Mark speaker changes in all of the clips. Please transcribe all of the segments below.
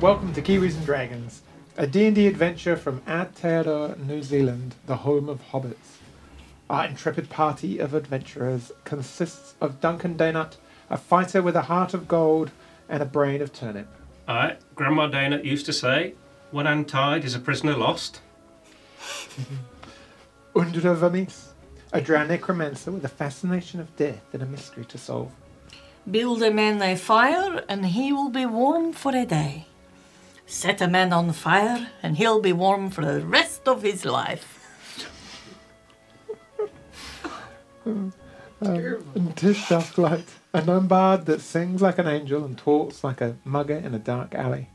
Speaker 1: Welcome to Kiwis and Dragons, a D&D adventure from Aotearoa, New Zealand, the home of hobbits. Our intrepid party of adventurers consists of Duncan Daynut, a fighter with a heart of gold and a brain of turnip.
Speaker 2: Aye, Grandma Dana used to say, one hand tied is a prisoner lost.
Speaker 1: Undra Vamis, a drow necromancer with a fascination of death and a mystery to solve.
Speaker 3: Build a man a fire, and he will be warm for a day. Set a man on fire, and he'll be warm for the rest of his life.
Speaker 1: And Tish Dusklight, a nun bard that sings like an angel and talks like a mugger in a dark alley.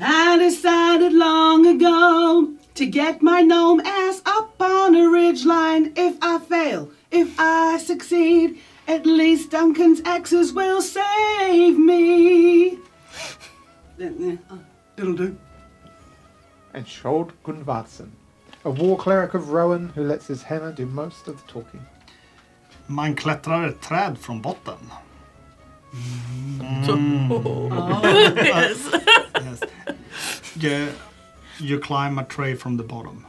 Speaker 4: I decided long ago to get my gnome ass up on a ridgeline. If I fail, if I succeed, at least Duncan's axes will save me. Then, uh, It'll do.
Speaker 1: and Shold Gunvartsen, a war cleric of Rowan who lets his hammer do most of the talking.
Speaker 5: Man klättrar ett träd från botten.
Speaker 3: Yes.
Speaker 5: Yes. you, you climb a tree from the bottom.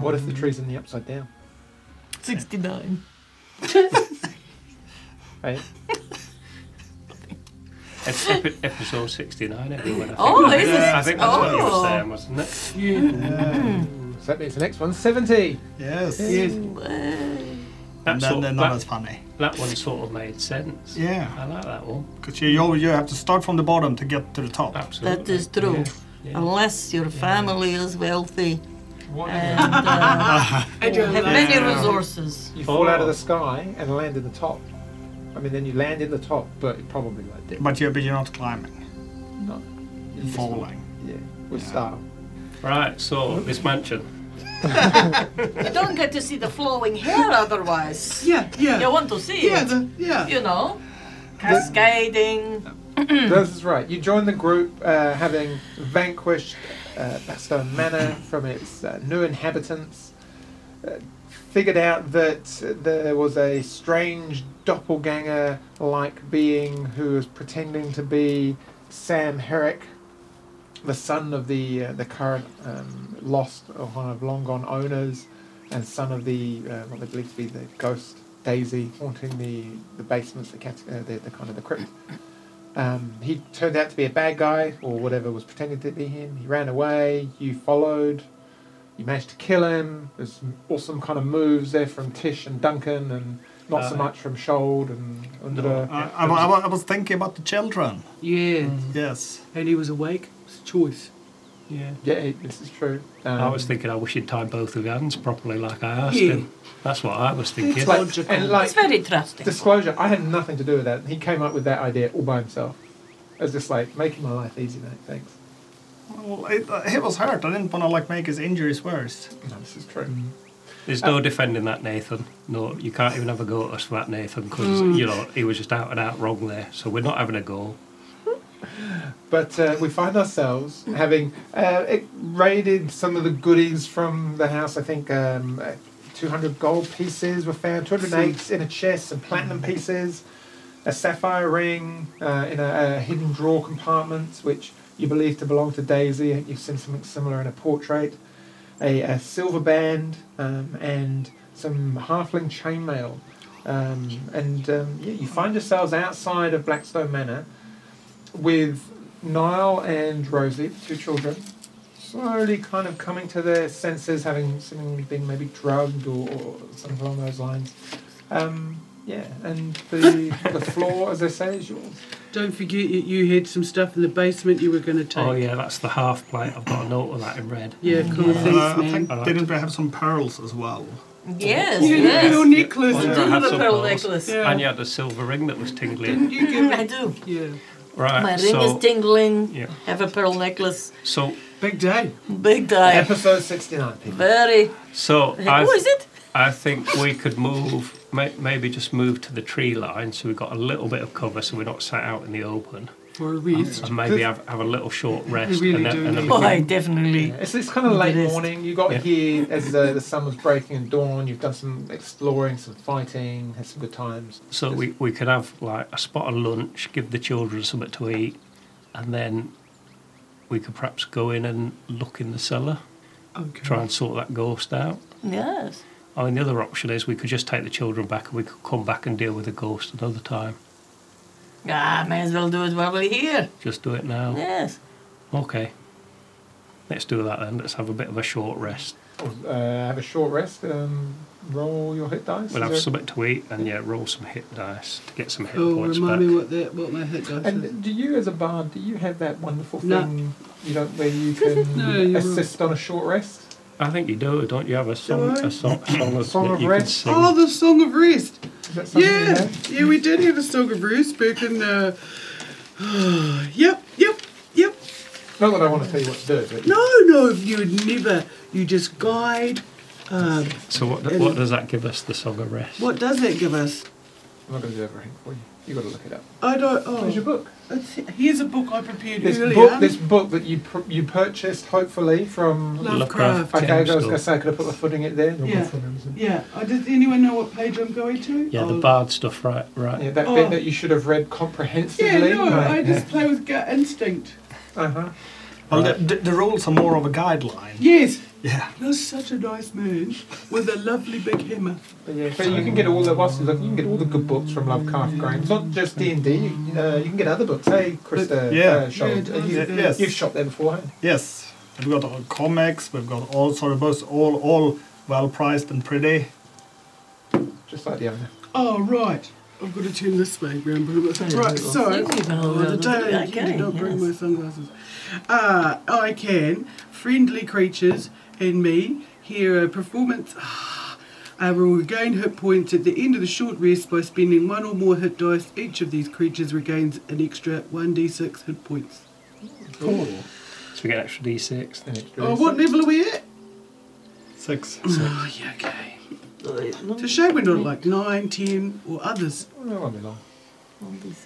Speaker 1: What if the tree's in the upside down?
Speaker 3: 69.
Speaker 1: Right?
Speaker 2: It's epi- episode 69, everyone. I think.
Speaker 3: Oh, is
Speaker 2: Yeah,
Speaker 3: it?
Speaker 2: I think that's what you
Speaker 3: Oh.
Speaker 2: were saying, wasn't it?
Speaker 1: So that means the next one's 70.
Speaker 5: Yes.
Speaker 2: That,
Speaker 5: And then
Speaker 2: sort,
Speaker 5: they're
Speaker 2: that,
Speaker 5: not as funny.
Speaker 2: that one sort of made sense.
Speaker 5: Yeah.
Speaker 2: I like that one.
Speaker 5: Because you, you, you have to start from the bottom to get to the top.
Speaker 2: Absolutely.
Speaker 3: That is true. Unless your family is wealthy and uh, have many resources.
Speaker 1: You fall out of the sky and land in the top. I mean, then you land in the top, but it probably like this.
Speaker 5: But, you, but you're not climbing,
Speaker 1: No.
Speaker 5: you're falling.
Speaker 1: Yeah, with style.
Speaker 2: Right, so this mansion.
Speaker 3: You don't get to see the flowing hair otherwise.
Speaker 4: Yeah, yeah.
Speaker 3: You want to see
Speaker 4: yeah,
Speaker 3: it,
Speaker 4: the, yeah.
Speaker 3: you know? Cascading.
Speaker 1: This is right. You join the group uh, having vanquished uh, Backstone Manor from its uh, new inhabitants. Uh, figured out that there was a strange doppelganger like being who was pretending to be Sam Herrick, the son of the uh, the current um, lost or one of long gone owners, and son of the uh, what they believe to be the ghost Daisy haunting the, the basements, the, cat- uh, the, the kind of the crypt. Um, he turned out to be a bad guy, or whatever was pretending to be him. He ran away. You followed. You managed to kill him. There's some awesome kind of moves there from Tish and Duncan, and not so
Speaker 2: Uh,
Speaker 1: much from Shold and Under.
Speaker 5: Uh, I, I, wa- I, wa- I was thinking about the children.
Speaker 6: Yeah,
Speaker 5: Mm-hmm. Yes.
Speaker 6: and he was awake. It's a choice.
Speaker 2: Yeah.
Speaker 1: yeah, it- this is true. Um,
Speaker 2: I was thinking I wish he'd tie both of your hands properly, like I asked
Speaker 6: Yeah.
Speaker 2: him. That's what I was thinking.
Speaker 1: like-
Speaker 6: logical.
Speaker 1: and like
Speaker 3: It's very trusting.
Speaker 1: disclosure, I had nothing to do with that. He came up with that idea all by himself. It was just like making my life easy, mate. Thanks.
Speaker 5: Well, it, uh, he was hurt. I didn't want to like make his injuries worse.
Speaker 1: No, this is true.
Speaker 2: There's no defending that, Nathan. No, you can't even have a go at us for that, Nathan, because,
Speaker 3: Mm.
Speaker 2: you know, he was just out and out wrong there. So we're not having a go.
Speaker 1: But uh, we find ourselves having uh, it raided some of the goodies from the house. I think um, uh, 200 gold pieces were found, 208 in a chest, some platinum pieces, a sapphire ring uh, in a, a hidden drawer compartment, which you believe to belong to Daisy. You've seen something similar in a portrait, a, a silver band, um, and some halfling chainmail. Um, and um, yeah, you find yourselves outside of Blackstone Manor with Niall and Rosie, the two children, slowly kind of coming to their senses, having seemingly been maybe drugged or, or something along those lines. Um, yeah, and the the floor, as I say, is yours.
Speaker 6: Don't forget that you had some stuff in the basement you were going to take.
Speaker 2: Oh, yeah, that's the half plate. I've got a note of that in red.
Speaker 6: Yeah, cool.
Speaker 5: And, uh,
Speaker 6: Thanks,
Speaker 5: I
Speaker 6: man.
Speaker 5: think didn't we have some pearls as well?
Speaker 3: Yes,
Speaker 4: You
Speaker 3: yes.
Speaker 4: little necklace.
Speaker 2: Oh,
Speaker 3: I
Speaker 2: yeah,
Speaker 3: do
Speaker 2: I had
Speaker 3: have a
Speaker 2: some
Speaker 3: pearl
Speaker 2: pearls.
Speaker 3: necklace.
Speaker 6: Yeah.
Speaker 2: And you had a silver ring that was tingling.
Speaker 4: Didn't you give
Speaker 3: I do.
Speaker 6: Yeah.
Speaker 1: Uh,
Speaker 2: Right.
Speaker 3: My ring
Speaker 2: so,
Speaker 3: is tingling.
Speaker 2: Yeah.
Speaker 3: Have a pearl necklace.
Speaker 2: So,
Speaker 6: Big day.
Speaker 3: Big die.
Speaker 1: Episode sixty nine, people.
Speaker 3: Very.
Speaker 2: so I,
Speaker 3: Who is it?
Speaker 2: I think we could move, may, maybe just move to the tree line so we've got a little bit of cover so we're not sat out in the open.
Speaker 6: or wreath.
Speaker 2: and maybe have, have a little short rest.
Speaker 6: really
Speaker 2: and then-
Speaker 6: do
Speaker 2: and then
Speaker 6: need-
Speaker 2: we
Speaker 3: Oh,
Speaker 2: can-
Speaker 3: I definitely.
Speaker 1: Yeah, It's, it's kind of late
Speaker 3: Buddhist.
Speaker 1: morning. You got
Speaker 2: Yeah.
Speaker 1: here as the, the sun was breaking and dawn. You've done some exploring, some fighting, had some good times.
Speaker 2: So we, we could have like a spot of lunch, give the children something to eat, and then we could perhaps go in and look in the cellar,
Speaker 5: Okay.
Speaker 2: try and sort that ghost out.
Speaker 3: Yes.
Speaker 2: I mean, Oh, the other option is we could just take the children back and we could come back and deal with the ghost another time.
Speaker 3: Ah, may as well do it while we're here.
Speaker 2: Just do it now.
Speaker 3: Yes.
Speaker 2: Okay. Let's do that then. Let's have a bit of a short rest.
Speaker 1: Uh, have a short rest. Um, roll your hit dice. Is
Speaker 2: We'll have
Speaker 1: there-
Speaker 2: something to eat and yeah, roll some hit dice to get some hit
Speaker 6: Oh,
Speaker 2: points
Speaker 6: remind
Speaker 2: back.
Speaker 6: me what the what my hit dice is.
Speaker 1: And do you, as a bard, do you have that wonderful
Speaker 6: No.
Speaker 1: thing? You don't where you can
Speaker 6: No, you
Speaker 1: assist on a short rest.
Speaker 2: I think you do, don't you? Have a song,
Speaker 6: I?
Speaker 2: a song, song, of,
Speaker 1: Song
Speaker 2: that
Speaker 1: of
Speaker 2: you
Speaker 1: Rest?
Speaker 2: can sing.
Speaker 6: Oh, the Song of Rest.
Speaker 1: Is that something you
Speaker 6: Yeah,
Speaker 1: have?
Speaker 6: yeah, we did hear the Song of Rest back in. Uh, yep, yep, yep.
Speaker 1: Not that I want to tell you what to do, but
Speaker 6: No, no, you would never. You just guide. Um,
Speaker 2: So what,
Speaker 6: And-
Speaker 2: what does that give us? The song of rest.
Speaker 6: what does that give us?
Speaker 1: I'm not going to do everything for you. You got to look it up.
Speaker 6: I don't. Oh,
Speaker 1: Where's your book?
Speaker 6: It's, here's a book I prepared
Speaker 1: This
Speaker 6: earlier.
Speaker 1: book, this book that you pr- you purchased, hopefully from.
Speaker 6: Lovecraft.
Speaker 1: Okay, I was going
Speaker 2: Store.
Speaker 1: to say I could have put the footing it there.
Speaker 6: Yeah. Yeah. Uh, does anyone know what page I'm going to?
Speaker 2: Yeah, the
Speaker 6: Oh.
Speaker 2: bard stuff, right? Right.
Speaker 1: Yeah, that
Speaker 6: Oh.
Speaker 1: bit that you should have read
Speaker 6: Yeah,
Speaker 1: comprehensively.
Speaker 6: no, I
Speaker 1: Right,
Speaker 6: just play with gut instinct.
Speaker 1: yeah. Uh-huh.
Speaker 5: Well, the, the, the rules are more of a guideline.
Speaker 6: Yes.
Speaker 5: Yeah.
Speaker 6: You're such a nice man with a lovely big hammer.
Speaker 1: But, yeah, but you can get all the what's it- look, you can get all the good books from Lovecraft Graham. It's not just D and D. You can get other books. Hey, Krista,
Speaker 5: Yeah.
Speaker 1: uh, Sean,
Speaker 6: Yeah,
Speaker 1: uh, you,
Speaker 5: yeah, yes.
Speaker 1: you've shot there beforehand.
Speaker 5: Yes. We've got all comics. We've got all sort of books. All all well priced and pretty.
Speaker 1: Just like the owner.
Speaker 6: Oh, right. I've got to turn this way round. but- Right, so.
Speaker 3: You can hold
Speaker 6: Oh, the
Speaker 3: on.
Speaker 6: day I
Speaker 3: Okay,
Speaker 6: did not bring
Speaker 3: yes.
Speaker 6: my sunglasses. Uh, I can. Friendly creatures and me hear a performance. I will regain hit points at the end of the short rest by spending one or more hit dice. Each of these creatures regains an extra 1d6 hit points.
Speaker 5: Cool.
Speaker 2: So we get extra d6.
Speaker 1: An extra
Speaker 6: Oh, what level are we at?
Speaker 5: Six.
Speaker 6: Oh, yeah, okay. It's a shame we're not like 9, 10, or others.
Speaker 1: Well, it won't be long.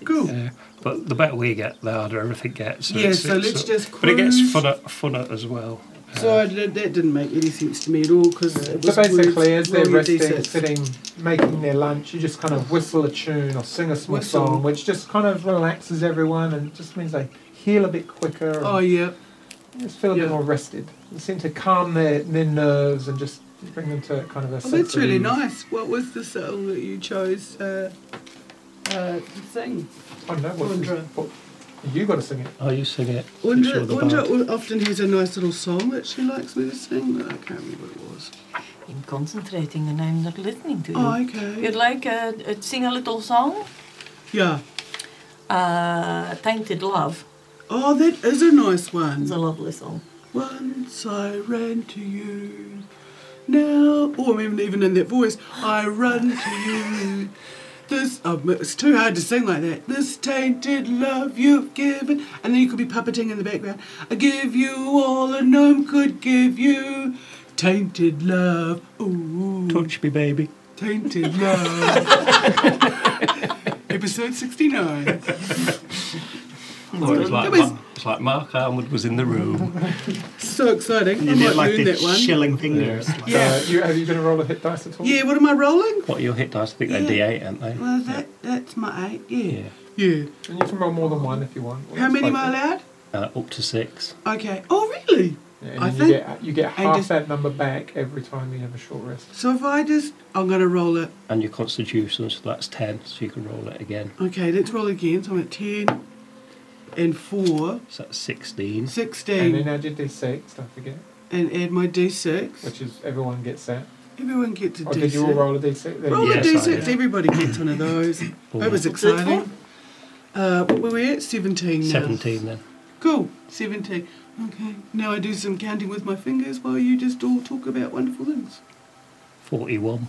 Speaker 6: Cool.
Speaker 2: Yeah. But the better we get, the harder everything gets.
Speaker 6: Yeah,
Speaker 2: it's-
Speaker 6: so
Speaker 2: it's-
Speaker 6: let's just
Speaker 2: But it gets
Speaker 6: cruise.
Speaker 2: funner, funner as well. Uh,
Speaker 6: So I did- that didn't make any sense to me at all because
Speaker 1: So basically, as they're resting, sitting, making their lunch, you just kind of whistle a tune or sing a small
Speaker 6: Whistle.
Speaker 1: song, which just kind of relaxes everyone and just means they heal a bit quicker and
Speaker 6: Oh yeah,
Speaker 1: just feel a
Speaker 6: yeah.
Speaker 1: bit more rested. It seems to calm their, their nerves and just bring them to kind of a
Speaker 6: oh,
Speaker 1: sense
Speaker 6: that's
Speaker 1: of
Speaker 6: really
Speaker 1: ease.
Speaker 6: nice. What was the song that you chose uh, uh, to sing?
Speaker 1: I don't know what,
Speaker 6: Undra.
Speaker 1: what you got to sing it.
Speaker 2: Oh, you sing it. Since
Speaker 6: Undra,
Speaker 2: you're the
Speaker 6: Undra
Speaker 2: bard.
Speaker 6: al- often has a nice little song that she likes me to sing, but I can't remember what it was.
Speaker 3: I'm concentrating and I'm not listening to you.
Speaker 6: Oh, okay.
Speaker 3: You'd like uh, uh, sing a little song?
Speaker 6: Yeah.
Speaker 3: Uh, Tainted Love
Speaker 6: Oh, that is a nice one.
Speaker 3: is a lovely song.
Speaker 6: Once I ran to you. Now, or even even in that voice, I run to you. This, oh, it's too hard to sing like that. This tainted love you've given, and then you could be puppeting in the background. I give you all a gnome could give you. Tainted love, ooh,
Speaker 2: Touch me, baby.
Speaker 6: tainted love. Episode sixty-nine.
Speaker 2: Oh, it was like,
Speaker 6: It was-
Speaker 2: Ma- it's like Mark Armwood was in the room.
Speaker 6: So exciting! I
Speaker 5: You
Speaker 6: might
Speaker 5: need like
Speaker 6: learn
Speaker 5: the
Speaker 6: that one.
Speaker 5: shilling fingers. like-
Speaker 6: Yeah.
Speaker 1: Uh, you, are you going to roll a hit dice at all?
Speaker 6: Yeah, what am I rolling?
Speaker 2: what are your hit dice? I think
Speaker 6: Yeah.
Speaker 2: they're d8, aren't they?
Speaker 6: Well, that that's my eight.
Speaker 2: yeah.
Speaker 6: Yeah.
Speaker 1: And you can roll more than one if you want.
Speaker 6: How many am I
Speaker 1: mile?
Speaker 6: allowed?
Speaker 2: Uh, up to six.
Speaker 6: Okay. Oh, really?
Speaker 1: Yeah, and
Speaker 6: I
Speaker 1: you
Speaker 6: think-
Speaker 1: get you get half
Speaker 6: just-
Speaker 1: that number back every time you have a short rest.
Speaker 6: So if I just, I'm gonna roll it.
Speaker 2: And your constitution, so that's 10, so you can roll it again.
Speaker 6: Okay, let's roll again. So I'm at ten and four,
Speaker 2: So that's 16.
Speaker 1: And
Speaker 6: sixteen,
Speaker 1: then add your d6, don't forget,
Speaker 6: and add my d6.
Speaker 1: which is everyone gets that.
Speaker 6: Everyone gets a
Speaker 1: Oh, did you all
Speaker 6: d6.
Speaker 1: roll a d6? There
Speaker 6: Roll
Speaker 1: you
Speaker 2: Yeah.
Speaker 1: go.
Speaker 6: a
Speaker 2: Yes, I
Speaker 6: d6.
Speaker 2: did.
Speaker 6: Everybody gets one of those. That was
Speaker 3: What's that
Speaker 6: exciting. Uh, what were we at? Seventeen now.
Speaker 2: 17 then.
Speaker 6: Cool. Seventeen. Okay. Now I do some counting with my fingers while you just all talk about wonderful things.
Speaker 2: 41.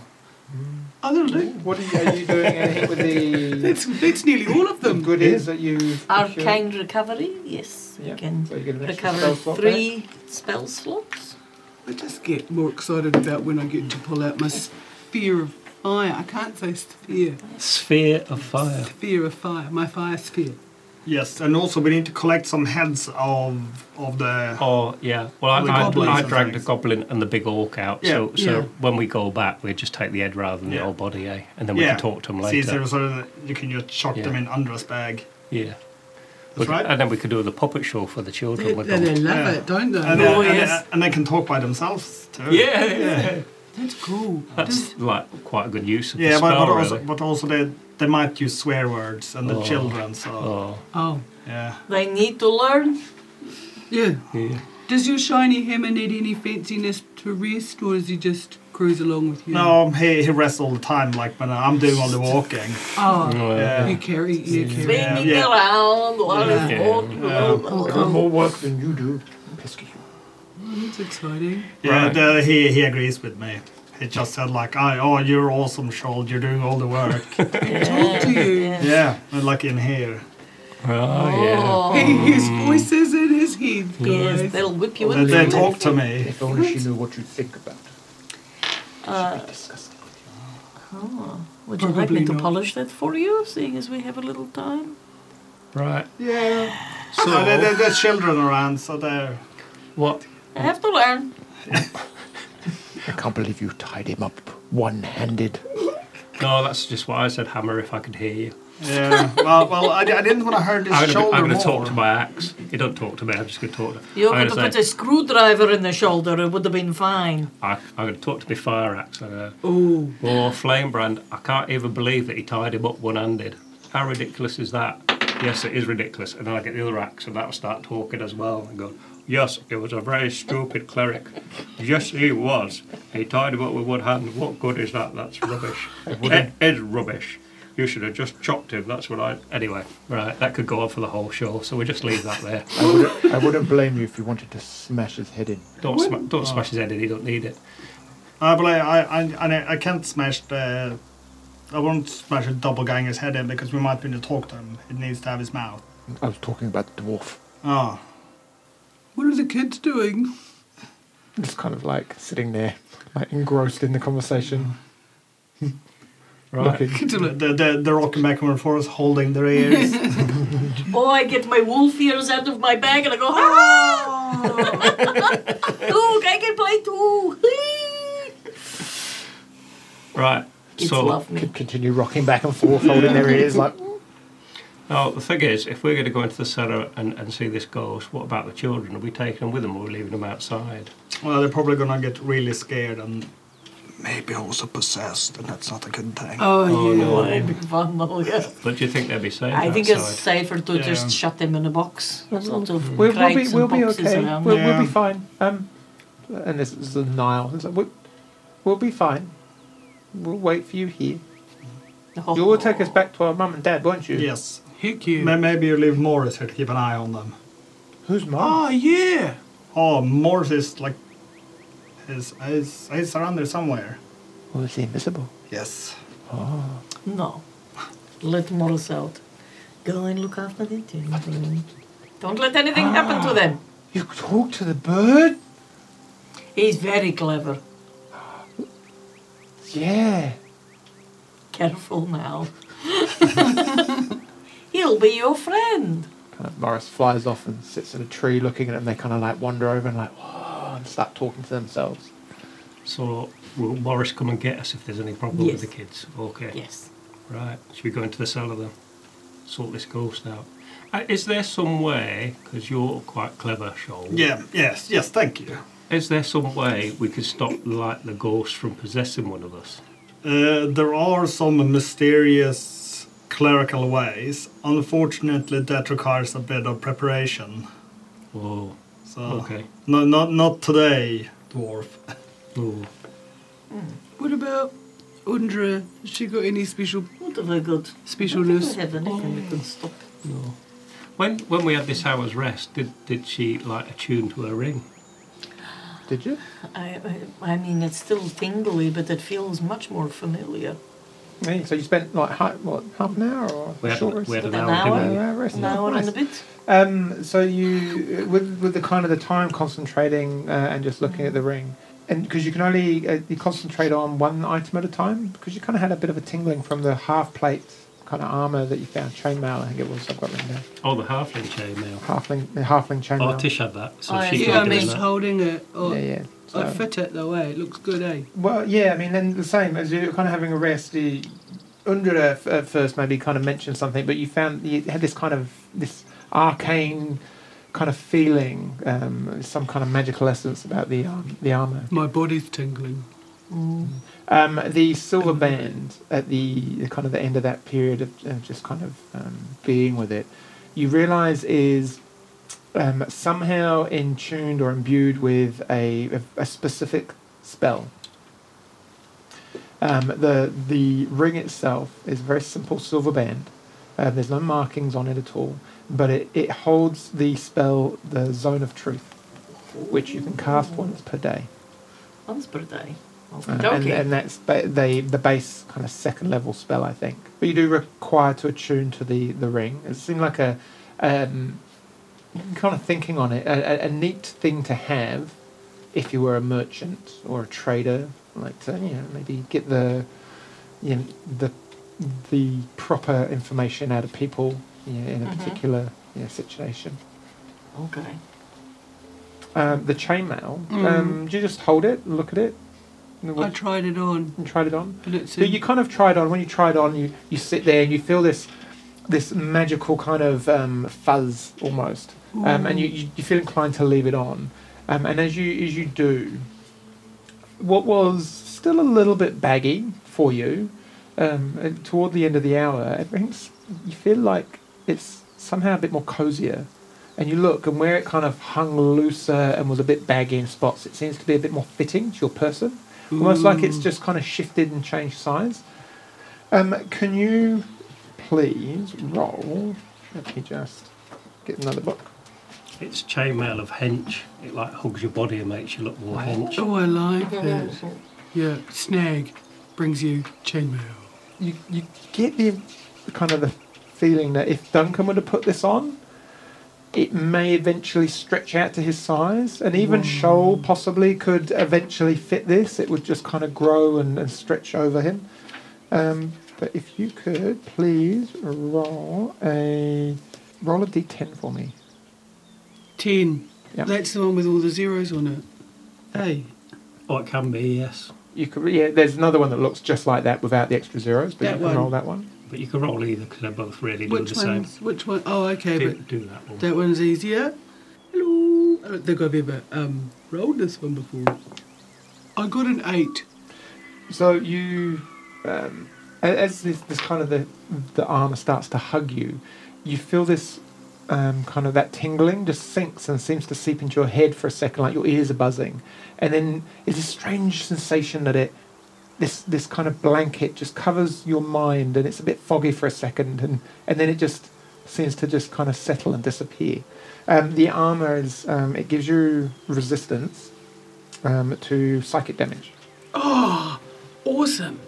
Speaker 6: I don't know.
Speaker 1: What are you, are you doing anything with the
Speaker 6: That's that's nearly all of
Speaker 1: the
Speaker 6: them.
Speaker 1: goodies that you
Speaker 3: Arcane Recovery, yes.
Speaker 1: Yeah.
Speaker 3: You can
Speaker 1: So you get an extra
Speaker 3: recover
Speaker 1: spell slot
Speaker 3: three spell slots.
Speaker 6: I just get more excited about when I get to pull out my sphere of fire. I can't say sphere.
Speaker 2: Sphere of fire.
Speaker 6: Sphere of fire. My fire sphere.
Speaker 5: Yes, and also we need to collect some heads of of the.
Speaker 2: Oh yeah. Well, I,
Speaker 5: Or the
Speaker 2: I,
Speaker 5: goblins
Speaker 2: I
Speaker 5: and
Speaker 2: dragged the
Speaker 5: things.
Speaker 2: goblin and the big orc out. So
Speaker 5: Yeah.
Speaker 2: so
Speaker 6: Yeah.
Speaker 2: when we go back, we just take the head rather than the
Speaker 5: Yeah.
Speaker 2: whole body, eh? And then we can talk to them
Speaker 5: It's
Speaker 2: later.
Speaker 5: easier so that you can just chuck them
Speaker 2: Yeah.
Speaker 5: in under a bag.
Speaker 2: yeah.
Speaker 5: That's
Speaker 2: We-
Speaker 5: right.
Speaker 2: And then we could do the puppet show for the children.
Speaker 6: They,
Speaker 2: with
Speaker 6: they, they
Speaker 2: them.
Speaker 6: love
Speaker 5: Yeah.
Speaker 6: it, don't they?
Speaker 5: And, they-
Speaker 2: Oh,
Speaker 5: and they-
Speaker 2: yes.
Speaker 5: and they can talk by themselves too.
Speaker 2: Yeah, yeah.
Speaker 6: That's cool. Does-
Speaker 2: That's like quite a good use of the
Speaker 5: Yeah, but,
Speaker 2: spell,
Speaker 5: but also,
Speaker 2: really.
Speaker 5: but also they, they might use swear words and the
Speaker 2: Oh.
Speaker 5: children, so.
Speaker 2: Oh,
Speaker 6: oh,
Speaker 5: Yeah.
Speaker 3: They need to learn.
Speaker 6: yeah.
Speaker 2: yeah.
Speaker 6: Does your shiny hammer need any fanciness to rest, or does he just cruise along with you?
Speaker 5: No, he, he rests all the time, like when I'm doing all the walking.
Speaker 6: Oh,
Speaker 5: Yeah.
Speaker 6: you carry, you carry.
Speaker 3: Swinging
Speaker 5: Yeah.
Speaker 3: around, lot of
Speaker 2: Yeah.
Speaker 3: walking
Speaker 5: Yeah.
Speaker 3: around.
Speaker 1: I do more work than you do. Pesky.
Speaker 6: Oh, That's exciting.
Speaker 5: Yeah,
Speaker 2: Right.
Speaker 5: the, he, he agrees with me. He just said, like, I, oh, you're awesome, Shold, you're doing all the work.
Speaker 6: Talk to you.
Speaker 5: yeah, and like in here.
Speaker 2: Oh, yeah.
Speaker 6: He has
Speaker 5: Mm.
Speaker 6: voices in his head, guys.
Speaker 3: Yes, they'll whip you
Speaker 5: They,
Speaker 3: in.
Speaker 5: they talk to me.
Speaker 1: If only she knew what you think about. It should be disgusting.
Speaker 3: Would you like me
Speaker 6: Probably
Speaker 3: to
Speaker 6: not.
Speaker 3: polish that for you, seeing as we have a little time?
Speaker 2: Right.
Speaker 5: Yeah. So there, there,
Speaker 2: So,
Speaker 5: there's children around, so they're.
Speaker 2: what?
Speaker 3: I have to learn.
Speaker 1: I can't believe you tied him up one-handed.
Speaker 2: No, that's just what I said, Hammer, if I could hear you.
Speaker 5: Yeah. well, well I, I didn't want to hurt his
Speaker 2: I'm gonna, be-
Speaker 5: shoulder
Speaker 2: I'm gonna
Speaker 5: more.
Speaker 2: talk to my axe. You don't talk to me. I'm just gonna talk to.
Speaker 3: You're
Speaker 2: I'm
Speaker 3: going to
Speaker 2: gonna
Speaker 3: put
Speaker 2: say,
Speaker 3: a screwdriver in the shoulder, it would have been fine.
Speaker 2: I, I'm gonna talk to my fire axe. I'm gonna,
Speaker 6: Oh,
Speaker 2: oh, Flamebrand! I can't even believe that he tied him up one-handed. How ridiculous is that? Yes, it is ridiculous. And then I get the other axe, and that'll start talking as well. And go, yes, it was a very stupid cleric. Yes, he was. He tied him up with one hand. What good is that? That's rubbish. it is rubbish. You should have just chopped him. That's what I. Anyway, right. That could go on for the whole show. So we just leave that there.
Speaker 1: I wouldn't, I wouldn't blame you if you wanted to smash his head in.
Speaker 2: Don't sma- don't smash his head in. He don't need it.
Speaker 5: Uh, but I, I, I, I can't smash the. I won't smash a doppelganger's head in because we might be able to talk to him. It needs to have his mouth.
Speaker 1: I was talking about the dwarf.
Speaker 5: Oh.
Speaker 6: what are the kids doing?
Speaker 1: Just kind of like sitting there, like engrossed in the conversation. Mm.
Speaker 2: Right.
Speaker 1: Looking.
Speaker 5: The, the, they're rocking back and forth, holding their ears.
Speaker 3: Oh, I get my wolf ears out of my bag and I go, ah! Look, I can play too.
Speaker 2: Right.
Speaker 3: Kids
Speaker 2: so
Speaker 3: love me.
Speaker 1: Could continue rocking back and forth, holding their ears like.
Speaker 2: now the thing is, if we're going to go into the cellar and, and see this ghost, what about the children? Are we taking them with them or are we leaving them outside?
Speaker 5: well, they're probably gonna get really scared and maybe also possessed, and that's not a good thing.
Speaker 6: Oh, yeah.
Speaker 3: I'm familiar.
Speaker 2: But do you think they'd be safe
Speaker 3: I
Speaker 2: outside?
Speaker 3: think it's safer to
Speaker 5: Yeah.
Speaker 3: just shut them in a box. Sort of
Speaker 1: We'll, we'll be,
Speaker 3: crates
Speaker 1: we'll
Speaker 3: and
Speaker 1: be
Speaker 3: boxes
Speaker 1: okay.
Speaker 3: around.
Speaker 1: We'll, we'll be
Speaker 5: Yeah.
Speaker 1: fine. Um, and this is the Nile. It's like, we'll, we'll be fine. We'll wait for you here.
Speaker 3: Oh.
Speaker 1: You will take us back to our mum and dad, won't you?
Speaker 5: yes.
Speaker 6: Heck yeah.
Speaker 5: May- Maybe you leave Morris here to keep an eye on them.
Speaker 1: Who's mum?
Speaker 2: Ah,
Speaker 6: Oh, yeah.
Speaker 5: Oh, Morris is like. Is, is, is around there somewhere.
Speaker 1: Oh, is he invisible?
Speaker 5: Yes.
Speaker 3: No. Let Morris out. Go and look after the children. Don't let anything
Speaker 1: Ah.
Speaker 3: happen to them.
Speaker 1: You talk to the bird?
Speaker 3: He's very clever.
Speaker 1: Yeah.
Speaker 3: Careful now. He'll be your friend.
Speaker 1: Kind of Morris flies off and sits in a tree looking at them. They kind of like wander over and like, whoa, and start talking to themselves.
Speaker 2: So will Morris come and get us if there's any problem
Speaker 3: Yes.
Speaker 2: with the kids? Okay.
Speaker 3: Yes.
Speaker 2: Right. Should we go into the cellar then? Sort this ghost out. Uh, is there some way? Because you're quite clever, Shoal.
Speaker 5: Yeah, yes, yes, thank you.
Speaker 2: Is there some way we could stop like the ghost from possessing one of us?
Speaker 5: Uh, there are some mysterious clerical ways. Unfortunately, that requires a bit of preparation.
Speaker 2: Oh.
Speaker 5: So,
Speaker 2: Okay.
Speaker 5: no, not not today, dwarf.
Speaker 2: Oh.
Speaker 6: What about Undra? Has she got any special
Speaker 3: What have I got?
Speaker 6: specialness?
Speaker 3: I have anything we can stop.
Speaker 2: When when we had this hour's rest, did did she like attune to her ring?
Speaker 1: Did you?
Speaker 3: I, I, I mean, it's still tingly, but it feels much more familiar.
Speaker 1: Yeah, So you spent like half, what, half an hour or
Speaker 2: We had,
Speaker 1: short rest?
Speaker 2: we had an hour,
Speaker 3: An hour?
Speaker 2: didn't we?
Speaker 1: Yeah, rest
Speaker 3: An
Speaker 1: is
Speaker 3: hour
Speaker 1: nice.
Speaker 3: and a bit.
Speaker 1: Um, so you, uh, with with the kind of the time concentrating uh, and just looking at the ring, and because you can only uh, you concentrate on one item at a time, because you kind of had a bit of a tingling from the half plate kind of armor that you found, chainmail, I think it was. I've got written down.
Speaker 2: Oh, the halfling chainmail.
Speaker 1: Halfling, the halfling
Speaker 2: Oh,
Speaker 1: chainmail.
Speaker 2: Tish had that, so
Speaker 3: Oh,
Speaker 2: she
Speaker 3: yeah,
Speaker 6: Yeah,
Speaker 2: can't
Speaker 6: I'm
Speaker 2: do
Speaker 6: just
Speaker 2: that.
Speaker 6: holding it. Oh,
Speaker 1: yeah, yeah. So,
Speaker 6: I fit it though, eh? It looks good, eh?
Speaker 1: well, yeah. I mean, then the same as you're kind of having a rest. You, under it at- at first, maybe kind of mentioned something, but you found you had this kind of this arcane kind of feeling, um, some kind of magical essence about the um, the armor.
Speaker 6: My body's tingling.
Speaker 1: Um, the silver band at the the kind of the end of that period of, of just kind of um, being with it, you realise is um, somehow in tuned or imbued with a, a, a specific spell. Um, the the ring itself is a very simple silver band. Uh, there's no markings on it at all, but it, it holds the spell the zone of truth, which you can cast once per day.
Speaker 3: Once per day. Okay.
Speaker 1: Uh, and, and that's ba- the the base kind of second level spell, I think. But you do require to attune to the, the ring. It seemed like a um, kind of thinking on it, a, a, a neat thing to have if you were a merchant or a trader, like to you know maybe get the you know, the the proper information out of people you know, in a
Speaker 3: Mhm.
Speaker 1: particular you know, situation.
Speaker 3: okay.
Speaker 1: Um, the chainmail. Um, do you just hold it, and look at it, and
Speaker 6: I tried it on,
Speaker 1: tried it on?
Speaker 6: but it's
Speaker 1: So you kind of try it on. When you try it on, you, you sit there and you feel this this magical kind of um, fuzz almost, um, and you, you, you feel inclined to leave it on. Um, and as you as you do, what was still a little bit baggy for you, um, and toward the end of the hour, everything's you feel like it's somehow a bit more cozier. And you look, and where it kind of hung looser and was a bit baggy in spots, it seems to be a bit more fitting to your person almost like it's just kind of shifted and changed size. Um, can you please roll? Let me just get another book.
Speaker 2: It's chainmail of hench. It like hugs your body and makes you look more hench.
Speaker 6: Oh, I like that. Yeah, snag brings you chainmail.
Speaker 1: You you get the kind of the feeling that if Duncan would have put this on, it may eventually stretch out to his size, and even Shoal possibly could eventually fit this. It would just kind of grow and, and stretch over him. Um, but if you could please roll a roll a d10 for me.
Speaker 6: Ten.
Speaker 1: Yeah.
Speaker 6: That's the one with all the zeros on it. Hey,
Speaker 2: Oh, it can be, yes.
Speaker 1: You could, yeah. There's another one that looks just like that without the extra zeros, but
Speaker 6: That
Speaker 1: you can
Speaker 6: one.
Speaker 1: roll that one.
Speaker 2: But you can roll either because they both really do
Speaker 6: which
Speaker 2: the same.
Speaker 6: one's which one? Oh, okay,
Speaker 2: Do,
Speaker 6: but
Speaker 2: do that one.
Speaker 6: that one's easier. Hello. Uh, I don't think I've ever um rolled this one before. I got an eight.
Speaker 1: So you, um, a- as this, this kind of the the armor starts to hug you, you feel this um, kind of that tingling just sinks and seems to seep into your head for a second, like your ears are buzzing, and then it's a strange sensation that it. This, this kind of blanket just covers your mind and it's a bit foggy for a second and, and then it just seems to just kind of settle and disappear. Um, the armor is um, it gives you resistance um, to psychic damage.
Speaker 6: Awesome.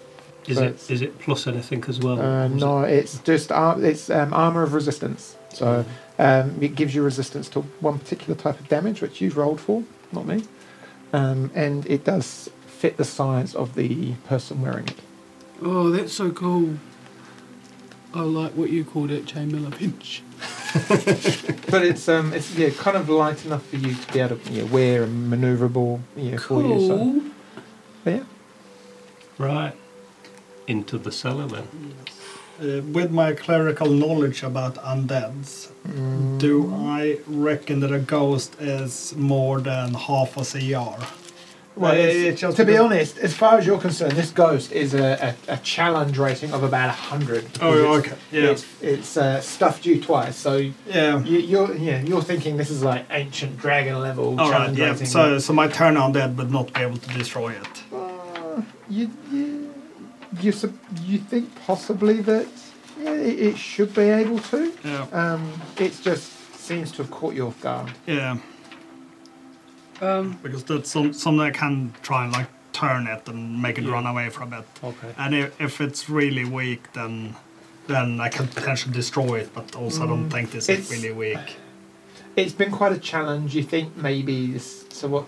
Speaker 2: Is
Speaker 1: So
Speaker 2: it
Speaker 1: it's-
Speaker 2: is it plus anything as well?
Speaker 1: Uh,
Speaker 2: Is it-
Speaker 1: no, it's just ar- it's um, armor of resistance. So um, it gives you resistance to one particular type of damage, which you've rolled for, not me. Um, and it does fit the size of the person wearing it.
Speaker 6: Oh, that's so cool. I like what you called it, chainmail pinch.
Speaker 1: But it's um, it's yeah, kind of light enough for you to be able to yeah, wear and maneuverable yeah, for you. So
Speaker 6: Cool.
Speaker 1: but yeah,
Speaker 2: Right. Into the cellar then.
Speaker 5: Uh, with my clerical knowledge about undeads, do
Speaker 1: Mm.
Speaker 5: I reckon that a ghost is more than half a CR?
Speaker 1: Well,
Speaker 5: That is
Speaker 1: it- it-
Speaker 5: just
Speaker 1: to be
Speaker 5: the-
Speaker 1: honest, as far as you're concerned, this ghost is a, a, a challenge rating of about 100.
Speaker 5: Oh,
Speaker 1: because it's-
Speaker 5: okay, yeah.
Speaker 1: It's, it's uh, stuffed you twice, so
Speaker 5: Yeah.
Speaker 1: You, you're yeah, you're thinking this is like ancient dragon level.
Speaker 5: All right.
Speaker 1: challenge
Speaker 5: Yeah.
Speaker 1: rating.
Speaker 5: So, so my turn undead would not be able to destroy it.
Speaker 1: you you you, sup- you think possibly that yeah, it, it should be able to.
Speaker 5: Yeah.
Speaker 1: Um, it just seems to have caught you off guard.
Speaker 5: Yeah.
Speaker 6: Um,
Speaker 5: Because that's some, something I can try and like turn it and make it run away for a bit.
Speaker 2: Okay.
Speaker 5: And if, if it's really weak, then then I can potentially destroy it. But also, I don't think this
Speaker 1: Mm. It's-
Speaker 5: is really weak.
Speaker 1: It's been quite a challenge. You think maybe this, so what?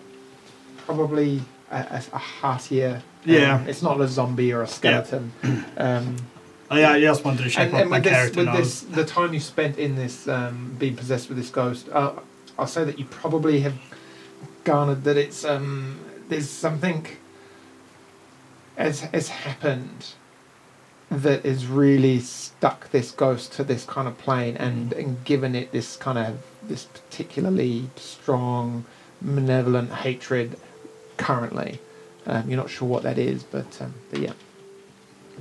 Speaker 1: Probably a, a, a heartier. um,
Speaker 5: Yeah.
Speaker 1: it's not a zombie or a skeleton. Um,
Speaker 5: Uh, I, I just wanted to check
Speaker 1: and,
Speaker 5: what
Speaker 1: and
Speaker 5: my
Speaker 1: with, this,
Speaker 5: character
Speaker 1: with
Speaker 5: knows.
Speaker 1: this, the time you spent in this, um, being possessed with this ghost, uh, I'll say that you probably have garnered that it's um, there's something has has happened that has really stuck this ghost to this kind of plane and,
Speaker 5: Mm.
Speaker 1: and given it this kind of this particularly strong malevolent hatred currently. Um, you're not sure what that is, but um, but yeah.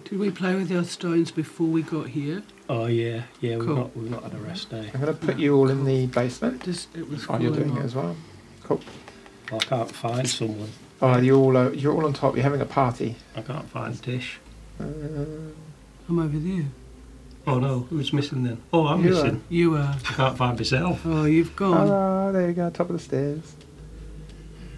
Speaker 6: Did we play with our stones before we got here?
Speaker 2: Oh yeah, yeah. We've
Speaker 6: Cool.
Speaker 2: not we've not had a rest day.
Speaker 1: I'm going to put you all in the basement.
Speaker 6: Just it was.
Speaker 1: Oh, you're
Speaker 6: falling
Speaker 1: doing it
Speaker 6: off.
Speaker 1: as well. Cool.
Speaker 2: I can't find someone.
Speaker 1: Oh, you're all o- you're all on top. You're having a party.
Speaker 2: I can't find Tish.
Speaker 6: I'm over there.
Speaker 2: Oh no, who's missing then? Oh, I'm
Speaker 1: You are.
Speaker 2: missing.
Speaker 6: You are.
Speaker 2: I can't find myself.
Speaker 6: Oh, you've gone.
Speaker 1: Oh, there you go. Top of the stairs.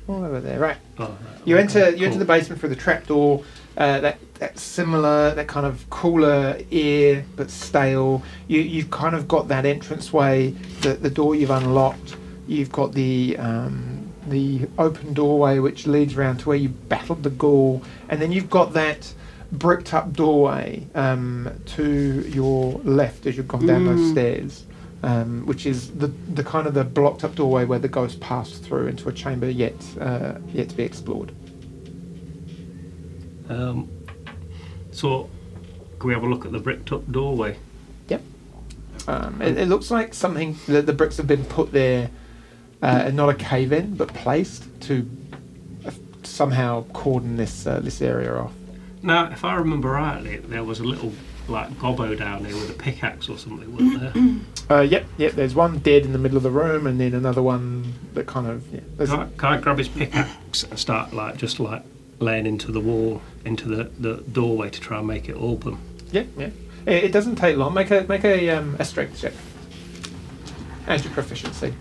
Speaker 1: All over there. Right.
Speaker 2: Oh, right,
Speaker 1: You
Speaker 2: okay,
Speaker 1: enter you enter
Speaker 2: cool.
Speaker 1: the basement through the trapdoor. Uh, that that similar that kind of cooler air but stale. You you've kind of got that entranceway, the the door you've unlocked. You've got the um, the open doorway which leads round to where you battled the ghoul, and then you've got that bricked up doorway um, to your left as you've gone down those stairs. Um, which is the, the kind of the blocked up doorway where the ghost passed through into a chamber yet uh, yet to be explored.
Speaker 2: Um, so, can we have a look at the bricked up doorway?
Speaker 1: Yep. Um, it, it looks like something that the bricks have been put there, uh, and not a cave in, but placed to uh, somehow cordon this uh, this area off.
Speaker 2: Now, if I remember rightly, there was a little like gobbo down there with a pickaxe or something, wasn't there?
Speaker 1: Uh, yep, yep. There's one dead in the middle of the room, and then another one that kind of. Yeah, there's-
Speaker 2: Can I, can I grab his pickaxe and start like just like laying into the wall, into the, the doorway to try and make it open?
Speaker 1: yeah, yeah. It, it doesn't take long. Make a make a um, a strength check. As your proficiency.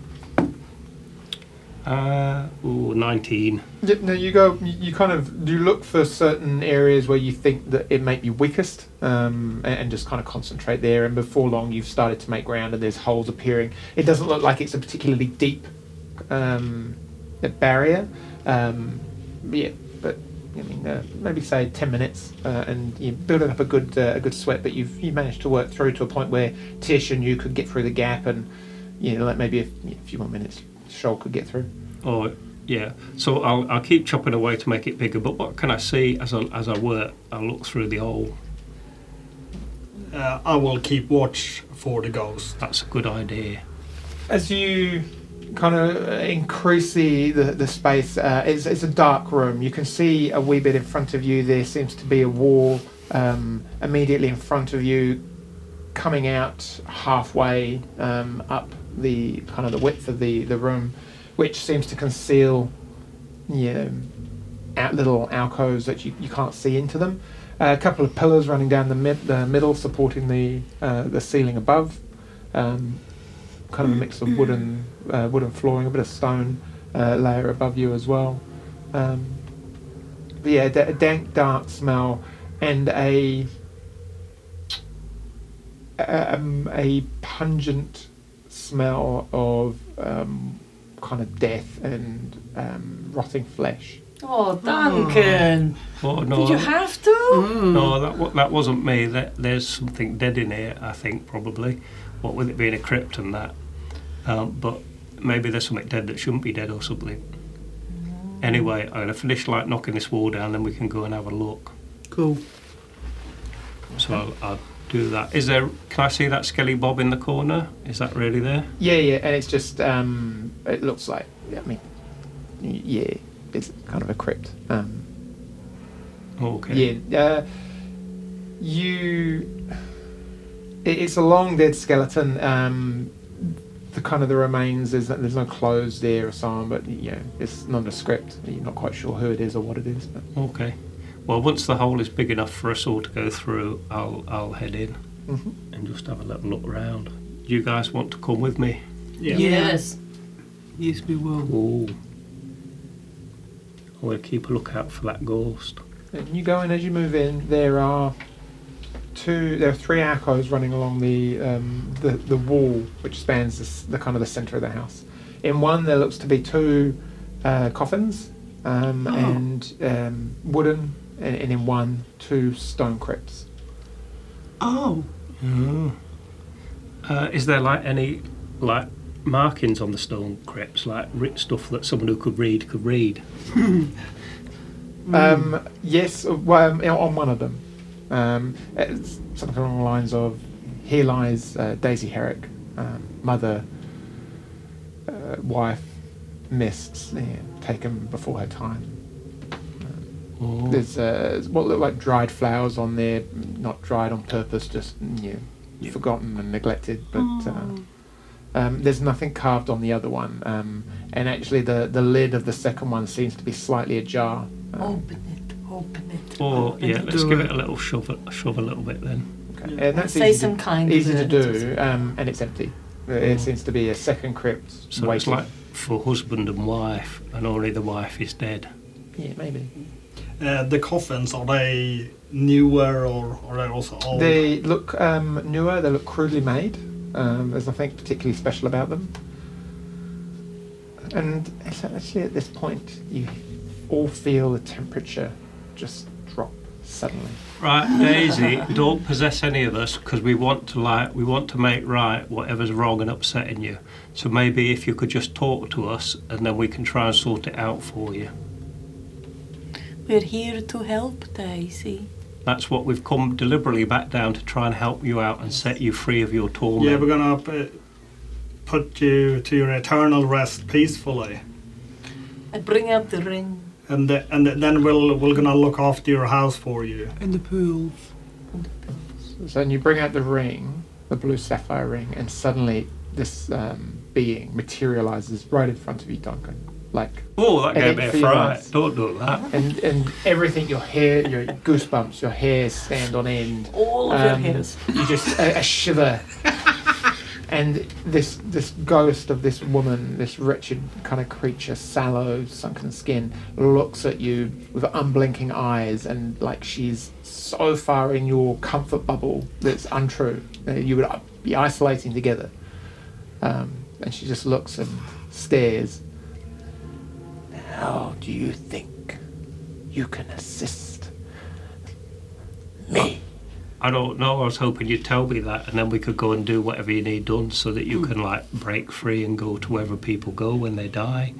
Speaker 2: Uh, ooh, 19.
Speaker 1: Yeah, no, you go. You you kind of you look for certain areas where you think that it might be weakest, um, a- and, just kind of concentrate there. And before long, you've started to make ground, and there's holes appearing. It doesn't look like it's a particularly deep um, a barrier. Um, yeah, but I mean, uh, maybe say ten minutes, uh, and you're building up a good uh, a good sweat. But you've you managed to work through to a point where Tish and you could get through the gap, and you know, like maybe a, a few more minutes, Shoal could get through.
Speaker 2: Oh, yeah. So I'll, I'll keep chopping away to make it bigger, but what can I see as I, as I work? I look through the hole.
Speaker 5: Uh, I will keep watch for the ghost.
Speaker 2: That's a good idea.
Speaker 1: as you kind of increase the, the, the space, uh, it's, it's a dark room. You can see a wee bit in front of you. There seems to be a wall um, immediately in front of you, coming out halfway um, up the kind of the width of the, the room, which seems to conceal, you know, out little alcoves that you, you can't see into them. Uh, a couple of pillars running down the, mid, the middle, supporting the uh, the ceiling above. Um, kind of a mix of wooden uh, wooden flooring, a bit of stone uh, layer above you as well. Um, but yeah, da- a dank, dark smell, and a a- um, a pungent smell of um, kind of death and um, rotting flesh.
Speaker 3: Oh, Duncan.
Speaker 2: Oh, no.
Speaker 3: Did you
Speaker 2: that-
Speaker 3: have to?
Speaker 2: No, that wa- that wasn't me. That there's something dead in here. I think probably, what with it being a crypt and that, um, but maybe there's something dead that shouldn't be dead or something. Anyway, I'm gonna finish like knocking this wall down, then we can go and have a look.
Speaker 6: Cool.
Speaker 2: So I'll, I'll do that. Is there? Can I see that skelly bob in the corner? Is that really there?
Speaker 1: Yeah, yeah, and it's just um, it looks like I mean, y- yeah, it's kind of a crypt. Um,
Speaker 2: Oh, okay.
Speaker 1: Yeah. Uh, you. it- It's a long dead skeleton. Um, the kind of the remains. There's no, there's no clothes there or so on, but you know it's nondescript. You're not quite sure who it is or what it is. But
Speaker 2: Okay. Well, once the hole is big enough for us all to go through, I'll I'll head in and just have a little look round. You guys want to come with me?
Speaker 5: Yeah.
Speaker 3: Yes.
Speaker 6: Yes, we will.
Speaker 2: Oh. I'm going to keep a lookout for that ghost.
Speaker 1: and you go in as you move in. There are two. There are three alcoves running along the um, the, the wall which spans this, the kind of the center of the house. In one, there looks to be two uh, coffins um,
Speaker 6: Oh.
Speaker 1: and um, wooden, and, and in one, two stone crypts.
Speaker 6: Oh,
Speaker 2: Uh, is there like any like markings on the stone crypts, like writ stuff that someone who could read could read?
Speaker 1: Um, yes, uh, well, um, on one of them. Um, it's something along the lines of Here lies uh, Daisy Herrick, um, mother, uh, wife, missed, yeah, taken before her time.
Speaker 2: Oh,
Speaker 1: There's uh, what look like dried flowers on there, not dried on purpose, just you know,
Speaker 2: Yeah.
Speaker 1: forgotten and neglected. But uh, um, there's nothing carved on the other one, um, and actually the, the lid of the second one seems to be slightly ajar. Um,
Speaker 3: Open it, open it.
Speaker 2: oh
Speaker 3: open
Speaker 2: yeah,
Speaker 3: it.
Speaker 2: let's give it a little shove, a shove a little bit then.
Speaker 1: Okay. And that's
Speaker 3: Say
Speaker 1: easy
Speaker 3: some
Speaker 1: to,
Speaker 3: kind
Speaker 1: easy to
Speaker 3: word.
Speaker 1: do, um, and it's empty. It seems to be a second crypt
Speaker 2: So it's
Speaker 1: waiting.
Speaker 2: like for husband and wife, and only the wife is dead.
Speaker 1: yeah, maybe.
Speaker 5: Uh, the coffins are they newer or are they also old?
Speaker 1: They look um, newer. They look crudely made. Um, there's nothing particularly special about them. And it's actually, at this point, you all feel the temperature just drop suddenly.
Speaker 2: Right, Daisy, don't possess any of us because we want to like we want to make right whatever's wrong and upsetting you. So maybe if you could just talk to us, and then we can try and sort it out for you.
Speaker 3: We're here to help, Daisy.
Speaker 2: That's what we've come deliberately back down to try and help you out and set you free of your torment.
Speaker 5: yeah, we're gonna uh, put you to your eternal rest peacefully,
Speaker 3: I bring out the ring
Speaker 5: and the, and then we'll we're gonna look after your house for you.
Speaker 6: and the pools.
Speaker 1: So then you bring out the ring, the blue sapphire ring, and suddenly this um, being materializes right in front of you, Duncan. Like
Speaker 2: oh, that gave
Speaker 1: Headache
Speaker 2: me a
Speaker 1: for your
Speaker 2: fright.
Speaker 1: eyes.
Speaker 2: Don't do that.
Speaker 1: and and everything your hair your goosebumps your hair stand on end
Speaker 3: all of
Speaker 1: Um,
Speaker 3: your hairs.
Speaker 1: you just a, a shiver and this this ghost of this woman this wretched kind of creature sallow sunken skin looks at you with unblinking eyes and like she's so far in your comfort bubble that's untrue that you would be isolating together um, and she just looks and stares how do you think you can assist me.
Speaker 2: I don't know. I was hoping you'd tell me that, and then we could go and do whatever you need done, so that
Speaker 1: Hmm.
Speaker 2: you can like break free and go to wherever people go when they die.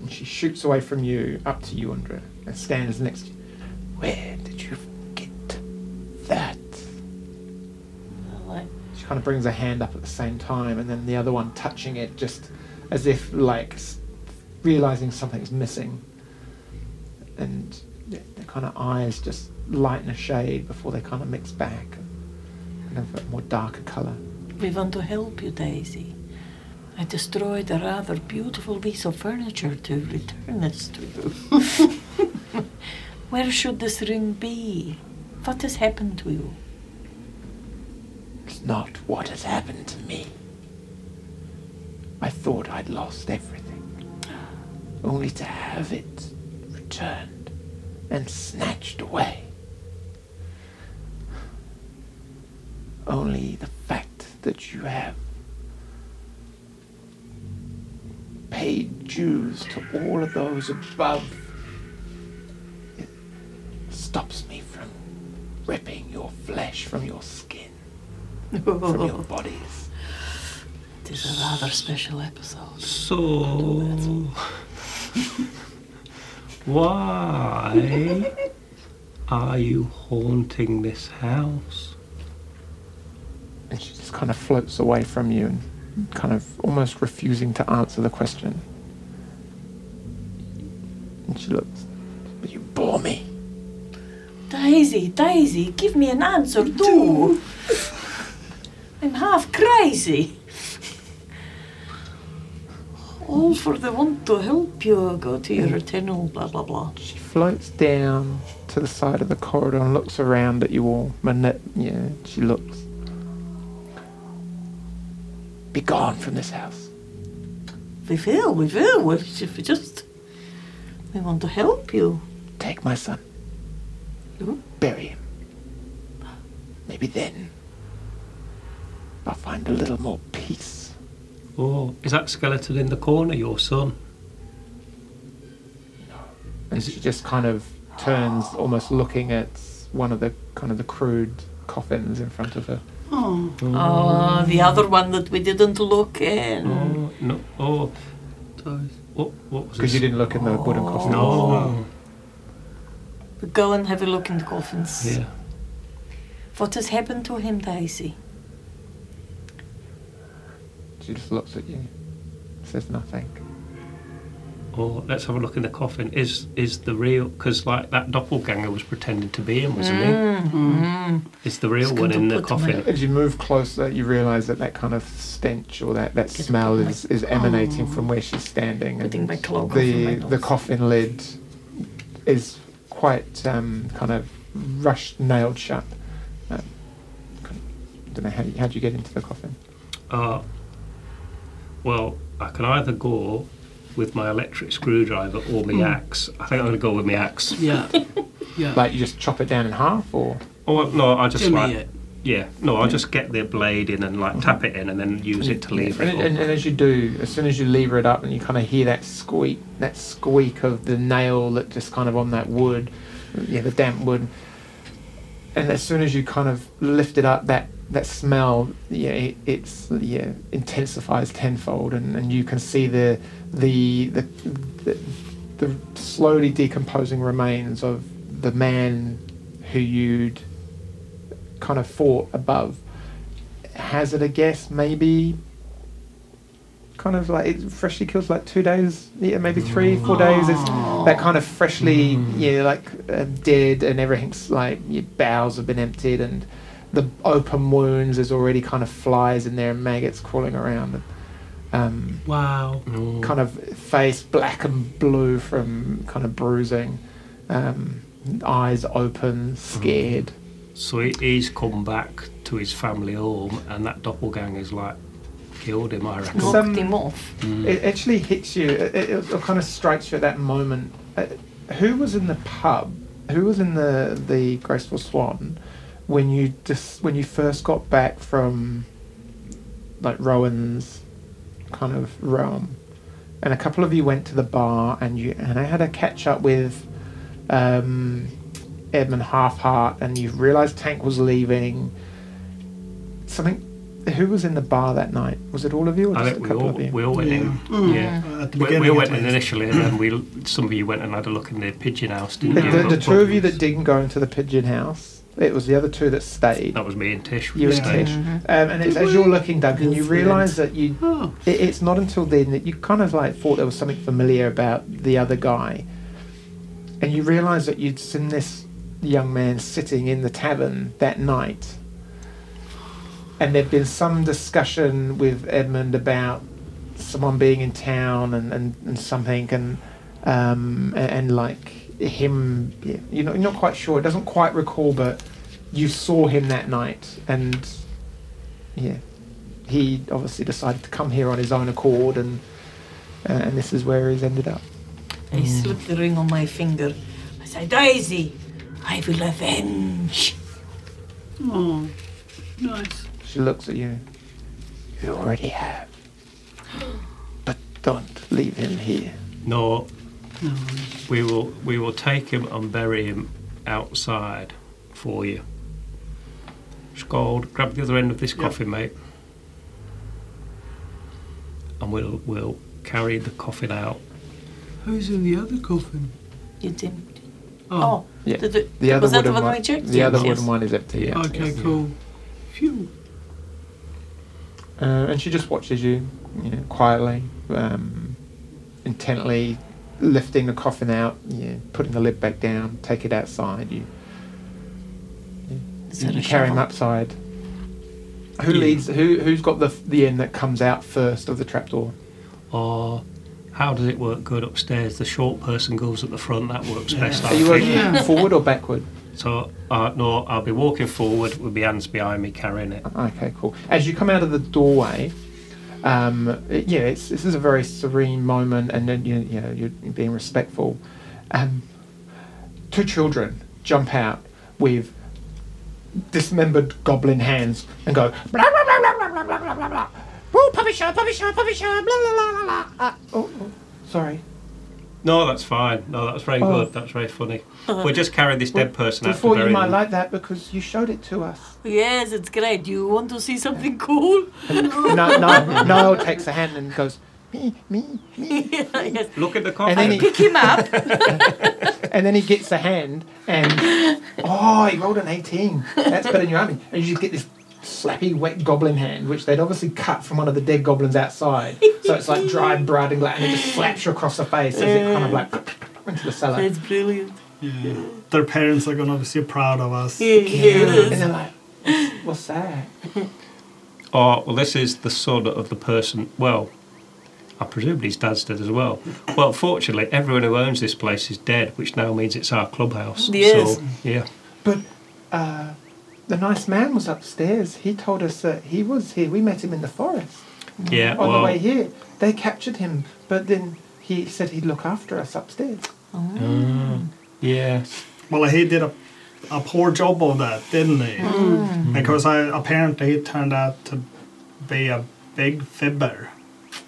Speaker 1: And she shoots away from you up to you, Andrea, and stands next to you. Where did you get that?
Speaker 3: Like,
Speaker 1: She kind of brings her hand up at the same time, and then the other one touching it just as if, like, s- realizing something's missing. And the, the kind of eyes just lighten a shade before they kind of mix back and have a more darker color.
Speaker 3: we want to help you, Daisy. I destroyed a rather beautiful piece of furniture to return this to you. Where should this ring be? What has happened to you?
Speaker 1: It's not what has happened to me. I thought I'd lost everything, only to have it returned and snatched away. Only the fact that you have paid dues to all of those above it stops me from ripping your flesh from your skin from your bodies.
Speaker 3: It is a rather special episode.
Speaker 2: So, why are you haunting this house?
Speaker 1: And she just kind of floats away from you and kind of almost refusing to answer the question. And she looks, but you bore me.
Speaker 3: Daisy, Daisy, give me an answer too. I'm half crazy. All for the want to help you go to your eternal blah blah blah.
Speaker 1: She floats down to the side of the corridor and looks around at you all. Manette, yeah, she looks. Be gone from this house.
Speaker 3: We will, we will. We ju- we just we want to help you.
Speaker 1: Take my son.
Speaker 3: Mhm.
Speaker 1: Bury him. Maybe then I'll find a little more peace.
Speaker 2: Oh, is that skeleton in the corner your son?
Speaker 1: and she just kind of turns almost looking at one of the kind of the crude coffins in front of her.
Speaker 4: Oh,
Speaker 3: Oh, the other one that we didn't look in.
Speaker 2: Oh, no. Oh. uh, What, what was
Speaker 1: Because you
Speaker 2: this?
Speaker 1: didn't look in the wooden coffin.
Speaker 2: No.
Speaker 3: But Go and have a look in the coffins.
Speaker 2: Yeah.
Speaker 3: What has happened to him, Daisy?
Speaker 1: She just looks at you. Says nothing.
Speaker 2: Oh, let's have a look in the coffin. Is is the real? Because like that doppelganger was pretending to be him, wasn't he? Is the real
Speaker 3: Just
Speaker 2: one in the
Speaker 3: couldn't Mm. put them
Speaker 2: coffin?
Speaker 1: As you move closer, you realise that that kind of stench or that, that smell is, is emanating from where she's standing. and
Speaker 3: Putting my cloak off
Speaker 1: the,
Speaker 3: and my
Speaker 1: the
Speaker 3: nose.
Speaker 1: coffin lid is quite um, kind of rushed, nailed shut. Um, don't know how, you- how'd you get into the coffin?
Speaker 2: Uh, well, I can either go with my electric screwdriver or my axe. I think I'm going to go with my axe.
Speaker 6: Yeah. Yeah.
Speaker 1: Like you just chop it down in half, or
Speaker 2: Oh well, no, I just
Speaker 6: Give me
Speaker 2: like
Speaker 6: it.
Speaker 2: yeah. No, I just get the blade in and like tap it in and then use it to lever
Speaker 1: and,
Speaker 2: it.
Speaker 1: and,
Speaker 2: up.
Speaker 1: and as you do, as soon as you lever it up, and you kind of hear that squeak, that squeak of the nail that just kind of on that wood, yeah, the damp wood. And as soon as you kind of lift it up, that that smell, yeah, it, it's yeah, intensifies tenfold, and, and you can see the the the, the the slowly decomposing remains of the man who you'd kind of fought above. Hazard a guess, maybe kind of like it freshly kills like two days, yeah, maybe three, four days. It's that kind of freshly, yeah, like uh, dead, and everything's like your bowels have been emptied, and the open wounds. There's already kind of flies in there and maggots crawling around. Um,
Speaker 6: Wow.
Speaker 2: Oh.
Speaker 1: kind of face black and blue from kind of bruising, um, eyes open, scared.
Speaker 2: So he- he's come back to his family home, and that doppelganger's like killed him. I reckon.
Speaker 3: Knocked
Speaker 1: Some-
Speaker 3: him off.
Speaker 2: Mm.
Speaker 1: It actually hits you. It, it, it kind of strikes you at that moment. Uh, who was in the pub? Who was in the the Graceful Swan when you just when you first got back from like Rowan's kind of realm? And a couple of you went to the bar, and you and I had a catch up with um, Edmund Halfheart, and you realised Tank was leaving. Something. Who was in the bar that night? Was it all of you, or
Speaker 2: I
Speaker 1: just a
Speaker 2: think we
Speaker 1: couple
Speaker 2: all
Speaker 1: of you?
Speaker 2: we all went in. Yeah.
Speaker 5: Uh, At the
Speaker 2: We,
Speaker 5: beginning,
Speaker 2: we
Speaker 5: at
Speaker 2: went in
Speaker 5: least.
Speaker 2: initially, and then we l- some of you went and had a look in the pigeon house, didn't
Speaker 1: The,
Speaker 2: you?
Speaker 1: the, the
Speaker 2: But-
Speaker 1: two of you that didn't go into the pigeon house, it was the other two that stayed.
Speaker 2: that was me and Tish.
Speaker 1: You
Speaker 5: Yeah.
Speaker 1: and Tish. Um, and it's, as you're looking, Duncan, you realise that you.
Speaker 6: Oh.
Speaker 1: It, it's not until then that you kind of like thought there was something familiar about the other guy. And you realise that you'd seen this young man sitting in the tavern that night. And there'd been some discussion with Edmund about someone being in town and, and, and something and um, a- and, like him yeah, you're, not, you're not quite sure it doesn't quite recall but you saw him that night and yeah he obviously decided to come here on his own accord and uh, and this is where he's ended up
Speaker 3: I
Speaker 2: Mm.
Speaker 3: slipped the ring on my finger. I said, Daisy, I will avenge.
Speaker 6: Oh. Nice.
Speaker 1: she looks at you you already have but don't leave him here
Speaker 2: No, we will we will take him and bury him outside for you. Scold, grab the other end of this coffin, mate, and we'll we'll carry the coffin out.
Speaker 6: Who's in the other coffin?
Speaker 3: You didn't.
Speaker 6: Oh.
Speaker 3: Oh,
Speaker 1: yeah
Speaker 3: Did it-
Speaker 1: the other
Speaker 3: was that the
Speaker 1: wooden
Speaker 3: one
Speaker 1: one
Speaker 3: we checked?
Speaker 1: the other
Speaker 3: Yes.
Speaker 1: wooden one is empty yeah.
Speaker 6: okay, cool. Phew.
Speaker 1: Uh, and she just watches you, you know, quietly, um, intently, lifting the coffin out, you know, putting the lid back down, take it outside. You,
Speaker 3: is
Speaker 1: you,
Speaker 3: that a
Speaker 1: carry him
Speaker 3: shovel?
Speaker 1: upside. Who
Speaker 2: Yeah.
Speaker 1: leads? Who who's got the the end that comes out first of the trapdoor?
Speaker 2: Or Oh, how does it work good upstairs? The short person goes at the front. That works best. I
Speaker 1: Are you
Speaker 2: think.
Speaker 1: working forward or backward?
Speaker 2: So uh, no, I'll be walking forward with my hands behind me carrying it.
Speaker 1: Okay, cool. As you come out of the doorway, um, it- yeah, it's, this is a very serene moment, and then you, you know you're being respectful. Um, two children jump out with dismembered goblin hands and go blah blah blah blah blah blah blah blah blah blah. Woo, puppy show, puppy show, puppy show, blah blah blah blah blah. Uh, oh, oh, sorry.
Speaker 2: No, that's fine. No, that's very
Speaker 1: Oh.
Speaker 2: good. That's very funny. We'll just carry this dead person out. to
Speaker 1: Before you
Speaker 2: bury
Speaker 1: might
Speaker 2: them.
Speaker 1: like that because you showed it to us.
Speaker 3: Yes, it's great. You want to see something cool?
Speaker 1: And Ni- Ni- Niall takes a hand and goes, me, me, me.
Speaker 3: yes.
Speaker 2: Look at the
Speaker 1: And then
Speaker 2: coffin.
Speaker 1: he,
Speaker 3: Pick him up.
Speaker 1: and then he gets a hand and oh, he rolled an eighteen. That's better than your army. And you just get this slappy, wet goblin hand, which they'd obviously cut from one of the dead goblins outside. So it's like dried blood and, like, and it just slaps you across the face as it kind of like into the cellar.
Speaker 3: That's brilliant.
Speaker 5: Yeah. Their parents are gonna be so proud of us.
Speaker 3: Yeah,
Speaker 1: And
Speaker 3: yes.
Speaker 1: they're like, "What's- what's that?
Speaker 2: Oh, well, this is the son of the person. Well, I presume his dad's dead as well. Well, fortunately, everyone who owns this place is dead, which now means it's our clubhouse.
Speaker 3: Yes.
Speaker 2: So, yeah.
Speaker 1: But uh, the nice man was upstairs. He told us that he was here. We met him in the forest
Speaker 2: Yeah.
Speaker 1: Mm. on
Speaker 2: well,
Speaker 1: the way here. They captured him, but then he said he'd look after us upstairs.
Speaker 2: yeah.
Speaker 5: Well, he did a, a poor job of that, didn't he?
Speaker 2: Mm.
Speaker 5: Because I, apparently he turned out to be a big fibber.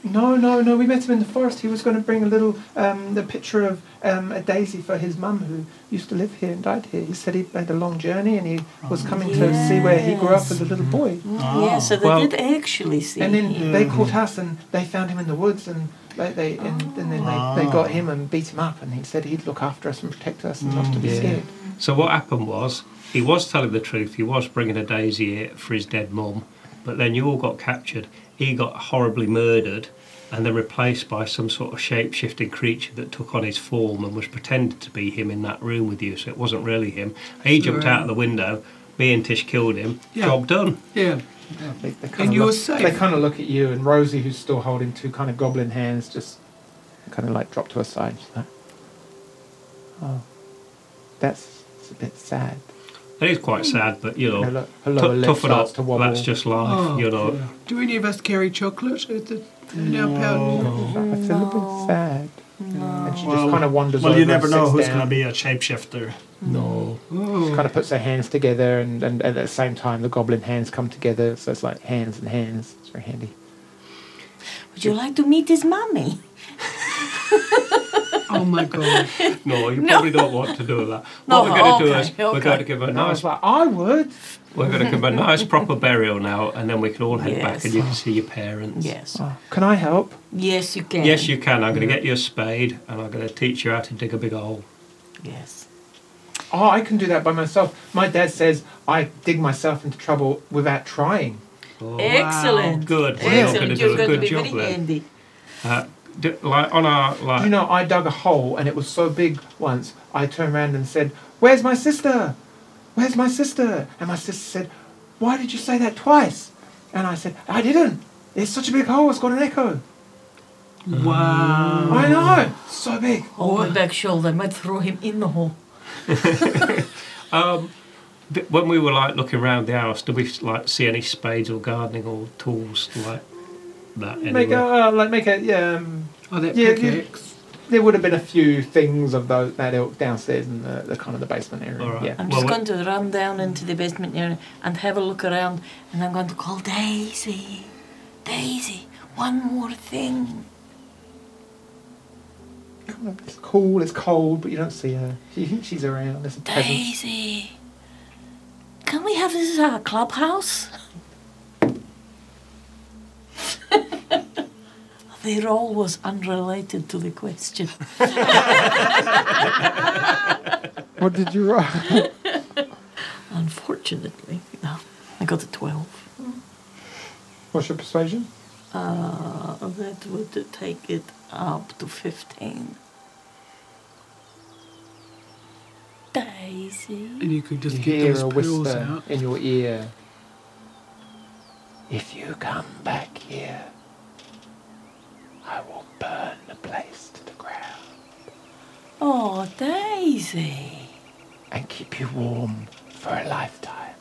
Speaker 1: No, no, no. We met him in the forest. He was going to bring a little, um, the picture of um, a daisy for his mum who used to live here and died here. He said he made a long journey and he was coming to see where he grew up as a little boy.
Speaker 3: Yeah, so they
Speaker 2: Ah. Well- uh,
Speaker 3: did actually see.
Speaker 1: And then
Speaker 3: him.
Speaker 1: they caught us and they found him in the woods and they, they and, and then they, they got him and beat him up and he said he'd look after us and protect us and not to be
Speaker 2: yeah.
Speaker 1: scared.
Speaker 2: So what happened was he was telling the truth. He was bringing a daisy here for his dead mum, but then you all got captured. He got horribly murdered, and then replaced by some sort of shape-shifting creature that took on his form and was pretended to be him in that room with you. So it wasn't really him. He jumped out of the window. Me and Tish killed him.
Speaker 6: Yeah.
Speaker 2: Job done.
Speaker 6: Yeah.
Speaker 1: They, they kinda
Speaker 6: And you're
Speaker 1: look,
Speaker 6: safe.
Speaker 1: They kind of look at you and Rosie, who's still holding two kind of goblin hands, just kind of like drop to her side. She's like, oh, that's it's a bit sad.
Speaker 2: It is quite sad, but
Speaker 5: Oh.
Speaker 2: you know,
Speaker 1: Her, lo- her lower
Speaker 2: tou-
Speaker 1: lip
Speaker 2: toughen up.
Speaker 1: starts to wobble.
Speaker 2: That's just life.
Speaker 6: Oh,
Speaker 2: you know.
Speaker 6: Do any of us carry chocolate at the, in our pound?
Speaker 1: I feel a bit sad. And she just
Speaker 5: Well-
Speaker 1: kind of wanders
Speaker 5: Well,
Speaker 1: over
Speaker 5: you never
Speaker 1: and
Speaker 5: know
Speaker 1: sits
Speaker 5: who's
Speaker 1: down.
Speaker 5: gonna be a shapeshifter.
Speaker 2: No.
Speaker 6: Oh.
Speaker 1: kind of puts their hands together, and, and, and at the same time, the goblin hands come together, so it's like hands and hands. It's very handy.
Speaker 3: Would you like to meet his mummy?
Speaker 6: oh my god.
Speaker 2: No, you probably don't want to do that.
Speaker 3: No,
Speaker 2: what we're going to do
Speaker 3: okay,
Speaker 2: is we're
Speaker 3: okay.
Speaker 2: going to give her a
Speaker 1: And I
Speaker 2: nice
Speaker 1: was like, I would.
Speaker 2: We're going to give a nice proper burial now, and then we can all head back
Speaker 3: Yes.
Speaker 2: and you can see your parents.
Speaker 3: Yes.
Speaker 1: Oh, can I help?
Speaker 3: Yes, you can.
Speaker 2: Yes, you can. I'm going to get you a spade, and I'm going to teach you how to dig a big hole.
Speaker 3: Yes.
Speaker 1: Oh, I can do that by myself. My dad says I dig myself into trouble without trying.
Speaker 3: Excellent.
Speaker 2: Good. We're all going to
Speaker 3: Excellent.
Speaker 2: do
Speaker 3: You're
Speaker 2: a
Speaker 3: going to
Speaker 2: good
Speaker 3: be
Speaker 2: job
Speaker 3: very
Speaker 2: then.
Speaker 3: handy.
Speaker 2: Uh, d- like on our
Speaker 1: Do
Speaker 2: like.
Speaker 1: you know, I dug a hole, and it was so big once, I turned around and said, Where's my sister? Where's my sister? And my sister said, Why did you say that twice? And I said, I didn't. It's such a big hole, it's got an echo.
Speaker 6: Wow.
Speaker 1: I know, it's so big.
Speaker 3: Hold my back shoulder. I might throw him in the hole.
Speaker 2: th- when we were like looking around the house, did we like see any spades or gardening or tools like that?
Speaker 1: Make
Speaker 2: Anywhere?
Speaker 1: a, uh, like, make a, yeah, um,
Speaker 6: Oh, that
Speaker 1: Yeah, you-
Speaker 6: pickaxe.
Speaker 1: there would have been a few things of those, that ilk downstairs in the, the kind of the basement area.
Speaker 2: All right.
Speaker 1: Yeah.
Speaker 3: I'm
Speaker 2: Well, we-
Speaker 3: just going to run down into the basement area and have a look around, and I'm going to call Daisy. Daisy, one more thing.
Speaker 1: It's cool, it's cold, but you don't see her. She, she's around, there's a presence.
Speaker 3: Daisy, can we have this as our clubhouse? the role was unrelated to the question.
Speaker 1: What did you write?
Speaker 3: Unfortunately, no. I got a 12.
Speaker 1: What's your persuasion?
Speaker 3: Uh, that would take it up to 15. Daisy.
Speaker 6: And you could just
Speaker 1: You
Speaker 6: get
Speaker 1: hear
Speaker 6: those
Speaker 1: a
Speaker 6: pills
Speaker 1: whisper
Speaker 6: out.
Speaker 1: in your ear. If you come back here, I will burn the place to the ground
Speaker 3: Oh, Daisy.
Speaker 1: and keep you warm for a lifetime.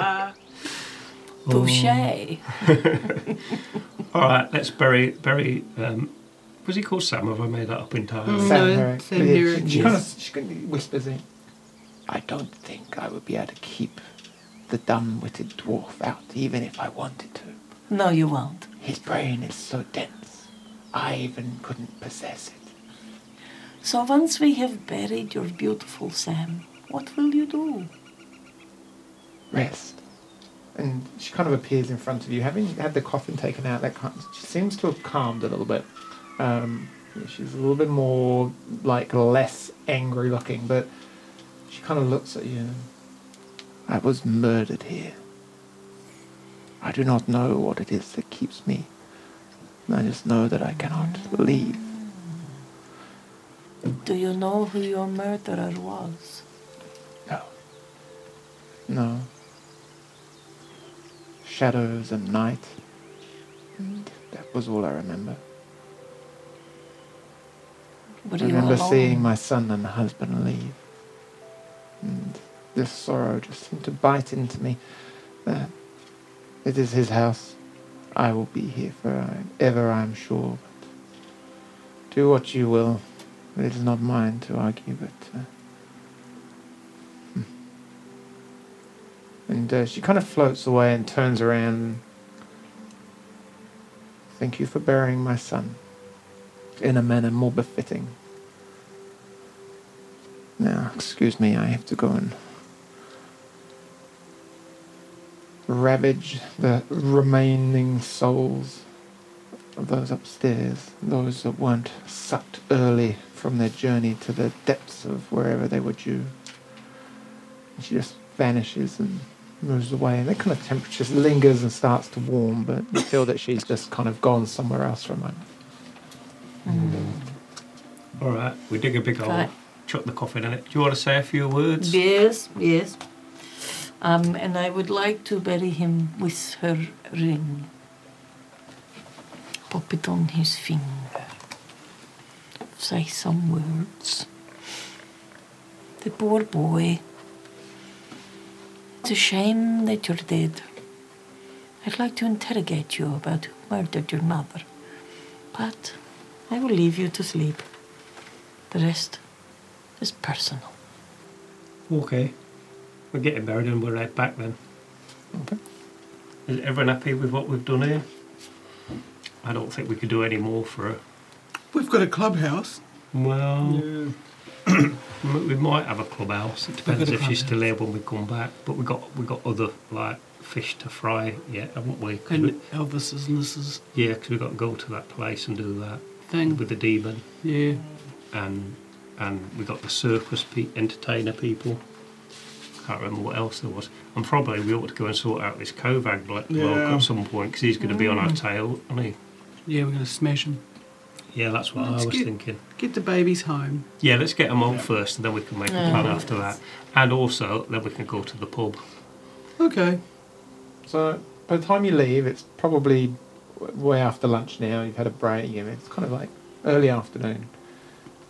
Speaker 1: Oh.
Speaker 3: Touche.
Speaker 2: All right, let's bury bury. Um, was he called Sam? Have I made that up entirely?
Speaker 3: Hmm.
Speaker 6: Mm.
Speaker 1: Sam
Speaker 6: No,
Speaker 1: Herrick.
Speaker 6: Sam
Speaker 1: Yeah, she-
Speaker 6: Herrick,
Speaker 1: She
Speaker 6: yes.
Speaker 1: kind of she kind of whispers in. I don't think I would be able to keep the dumb-witted dwarf out, even if I wanted to.
Speaker 3: No, you won't.
Speaker 1: His brain is so dense. I even couldn't possess it.
Speaker 3: So once we have buried your beautiful Sam, what will you do?
Speaker 1: Rest. And she kind of appears in front of you, having had the coffin taken out. That kind she seems to have calmed a little bit. Um, she's a little bit more like less angry looking, but she kind of looks at you. and, I was murdered here. I do not know what it is that keeps me. I just know that I cannot leave.
Speaker 3: Do you know who your murderer was?
Speaker 1: No. No. Shadows and night. That was all I remember.
Speaker 3: Were
Speaker 1: I
Speaker 3: you
Speaker 1: remember
Speaker 3: alone?
Speaker 1: seeing my son and husband leave. And this sorrow just seemed to bite into me. That it is his house. I will be here for ever, I am sure. But do what you will. It is not mine to argue, but. Uh, hmm. and uh, she kind of floats away and turns around. Thank you for burying my son in a manner more befitting. Now, excuse me, I have to go and ravage the remaining souls of those upstairs, those that weren't sucked early from their journey to the depths of wherever they were due. And she just vanishes and moves away, and that kind of temperature just lingers and starts to warm, but you feel that she's just kind of gone somewhere else for a moment.
Speaker 2: All right, we dig a big hole,
Speaker 3: Right.
Speaker 2: chuck the coffin in it. Do you want to say a few words?
Speaker 3: Yes, yes. Um, and I would like to bury him with her ring. Pop it on his finger. Say some words. The poor boy. It's a shame that you're dead. I'd like to interrogate you about who murdered your mother. But I will leave you to sleep. The rest is personal.
Speaker 2: Okay. We're getting buried and we're right back then.
Speaker 1: Okay.
Speaker 2: Is everyone happy with what we've done here? I don't think we could do any more for her.
Speaker 6: We've got a clubhouse.
Speaker 2: Well, m- we might have a clubhouse. It depends if she's still here when we come back. But we got we got other like fish to fry yet, haven't we? 'Cause
Speaker 6: And
Speaker 2: we
Speaker 6: Elvis's and this is
Speaker 2: yeah, because we got to go to that place and do that
Speaker 6: thing.
Speaker 2: with the demon
Speaker 6: Yeah.
Speaker 2: and and we got the circus pe- entertainer people. Can't remember what else there was. And probably we ought to go and sort out this Kovac bloke
Speaker 5: Yeah.
Speaker 2: at some point because he's going to be on our tail, isn't he?
Speaker 6: Yeah, we're going to smash him.
Speaker 2: Yeah, that's what
Speaker 6: Let's
Speaker 2: I was
Speaker 6: get-
Speaker 2: thinking.
Speaker 6: Get the babies home.
Speaker 2: Yeah, let's get them on first, and then we can make a plan after that. And also, then we can go to the pub.
Speaker 6: Okay.
Speaker 1: So by the time you leave, it's probably w- way after lunch now. You've had a break. You know, it's kind of like early afternoon,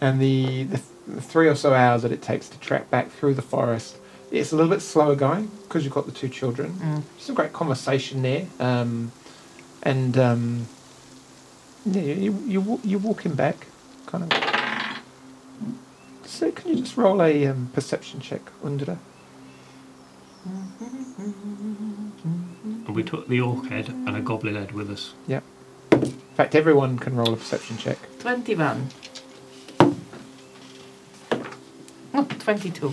Speaker 1: and the, the, th- the three or so hours that it takes to track back through the forest, it's a little bit slower going because you've got the two children. Just a great conversation there, um, and um, yeah, you you you wa- you're walking back, kind of. So can you just roll a um, perception check, Undra?
Speaker 2: And we took the orc head and a goblin head with us.
Speaker 1: Yep. In fact, everyone can roll a perception check.
Speaker 3: 21. No, 22.
Speaker 5: Uh,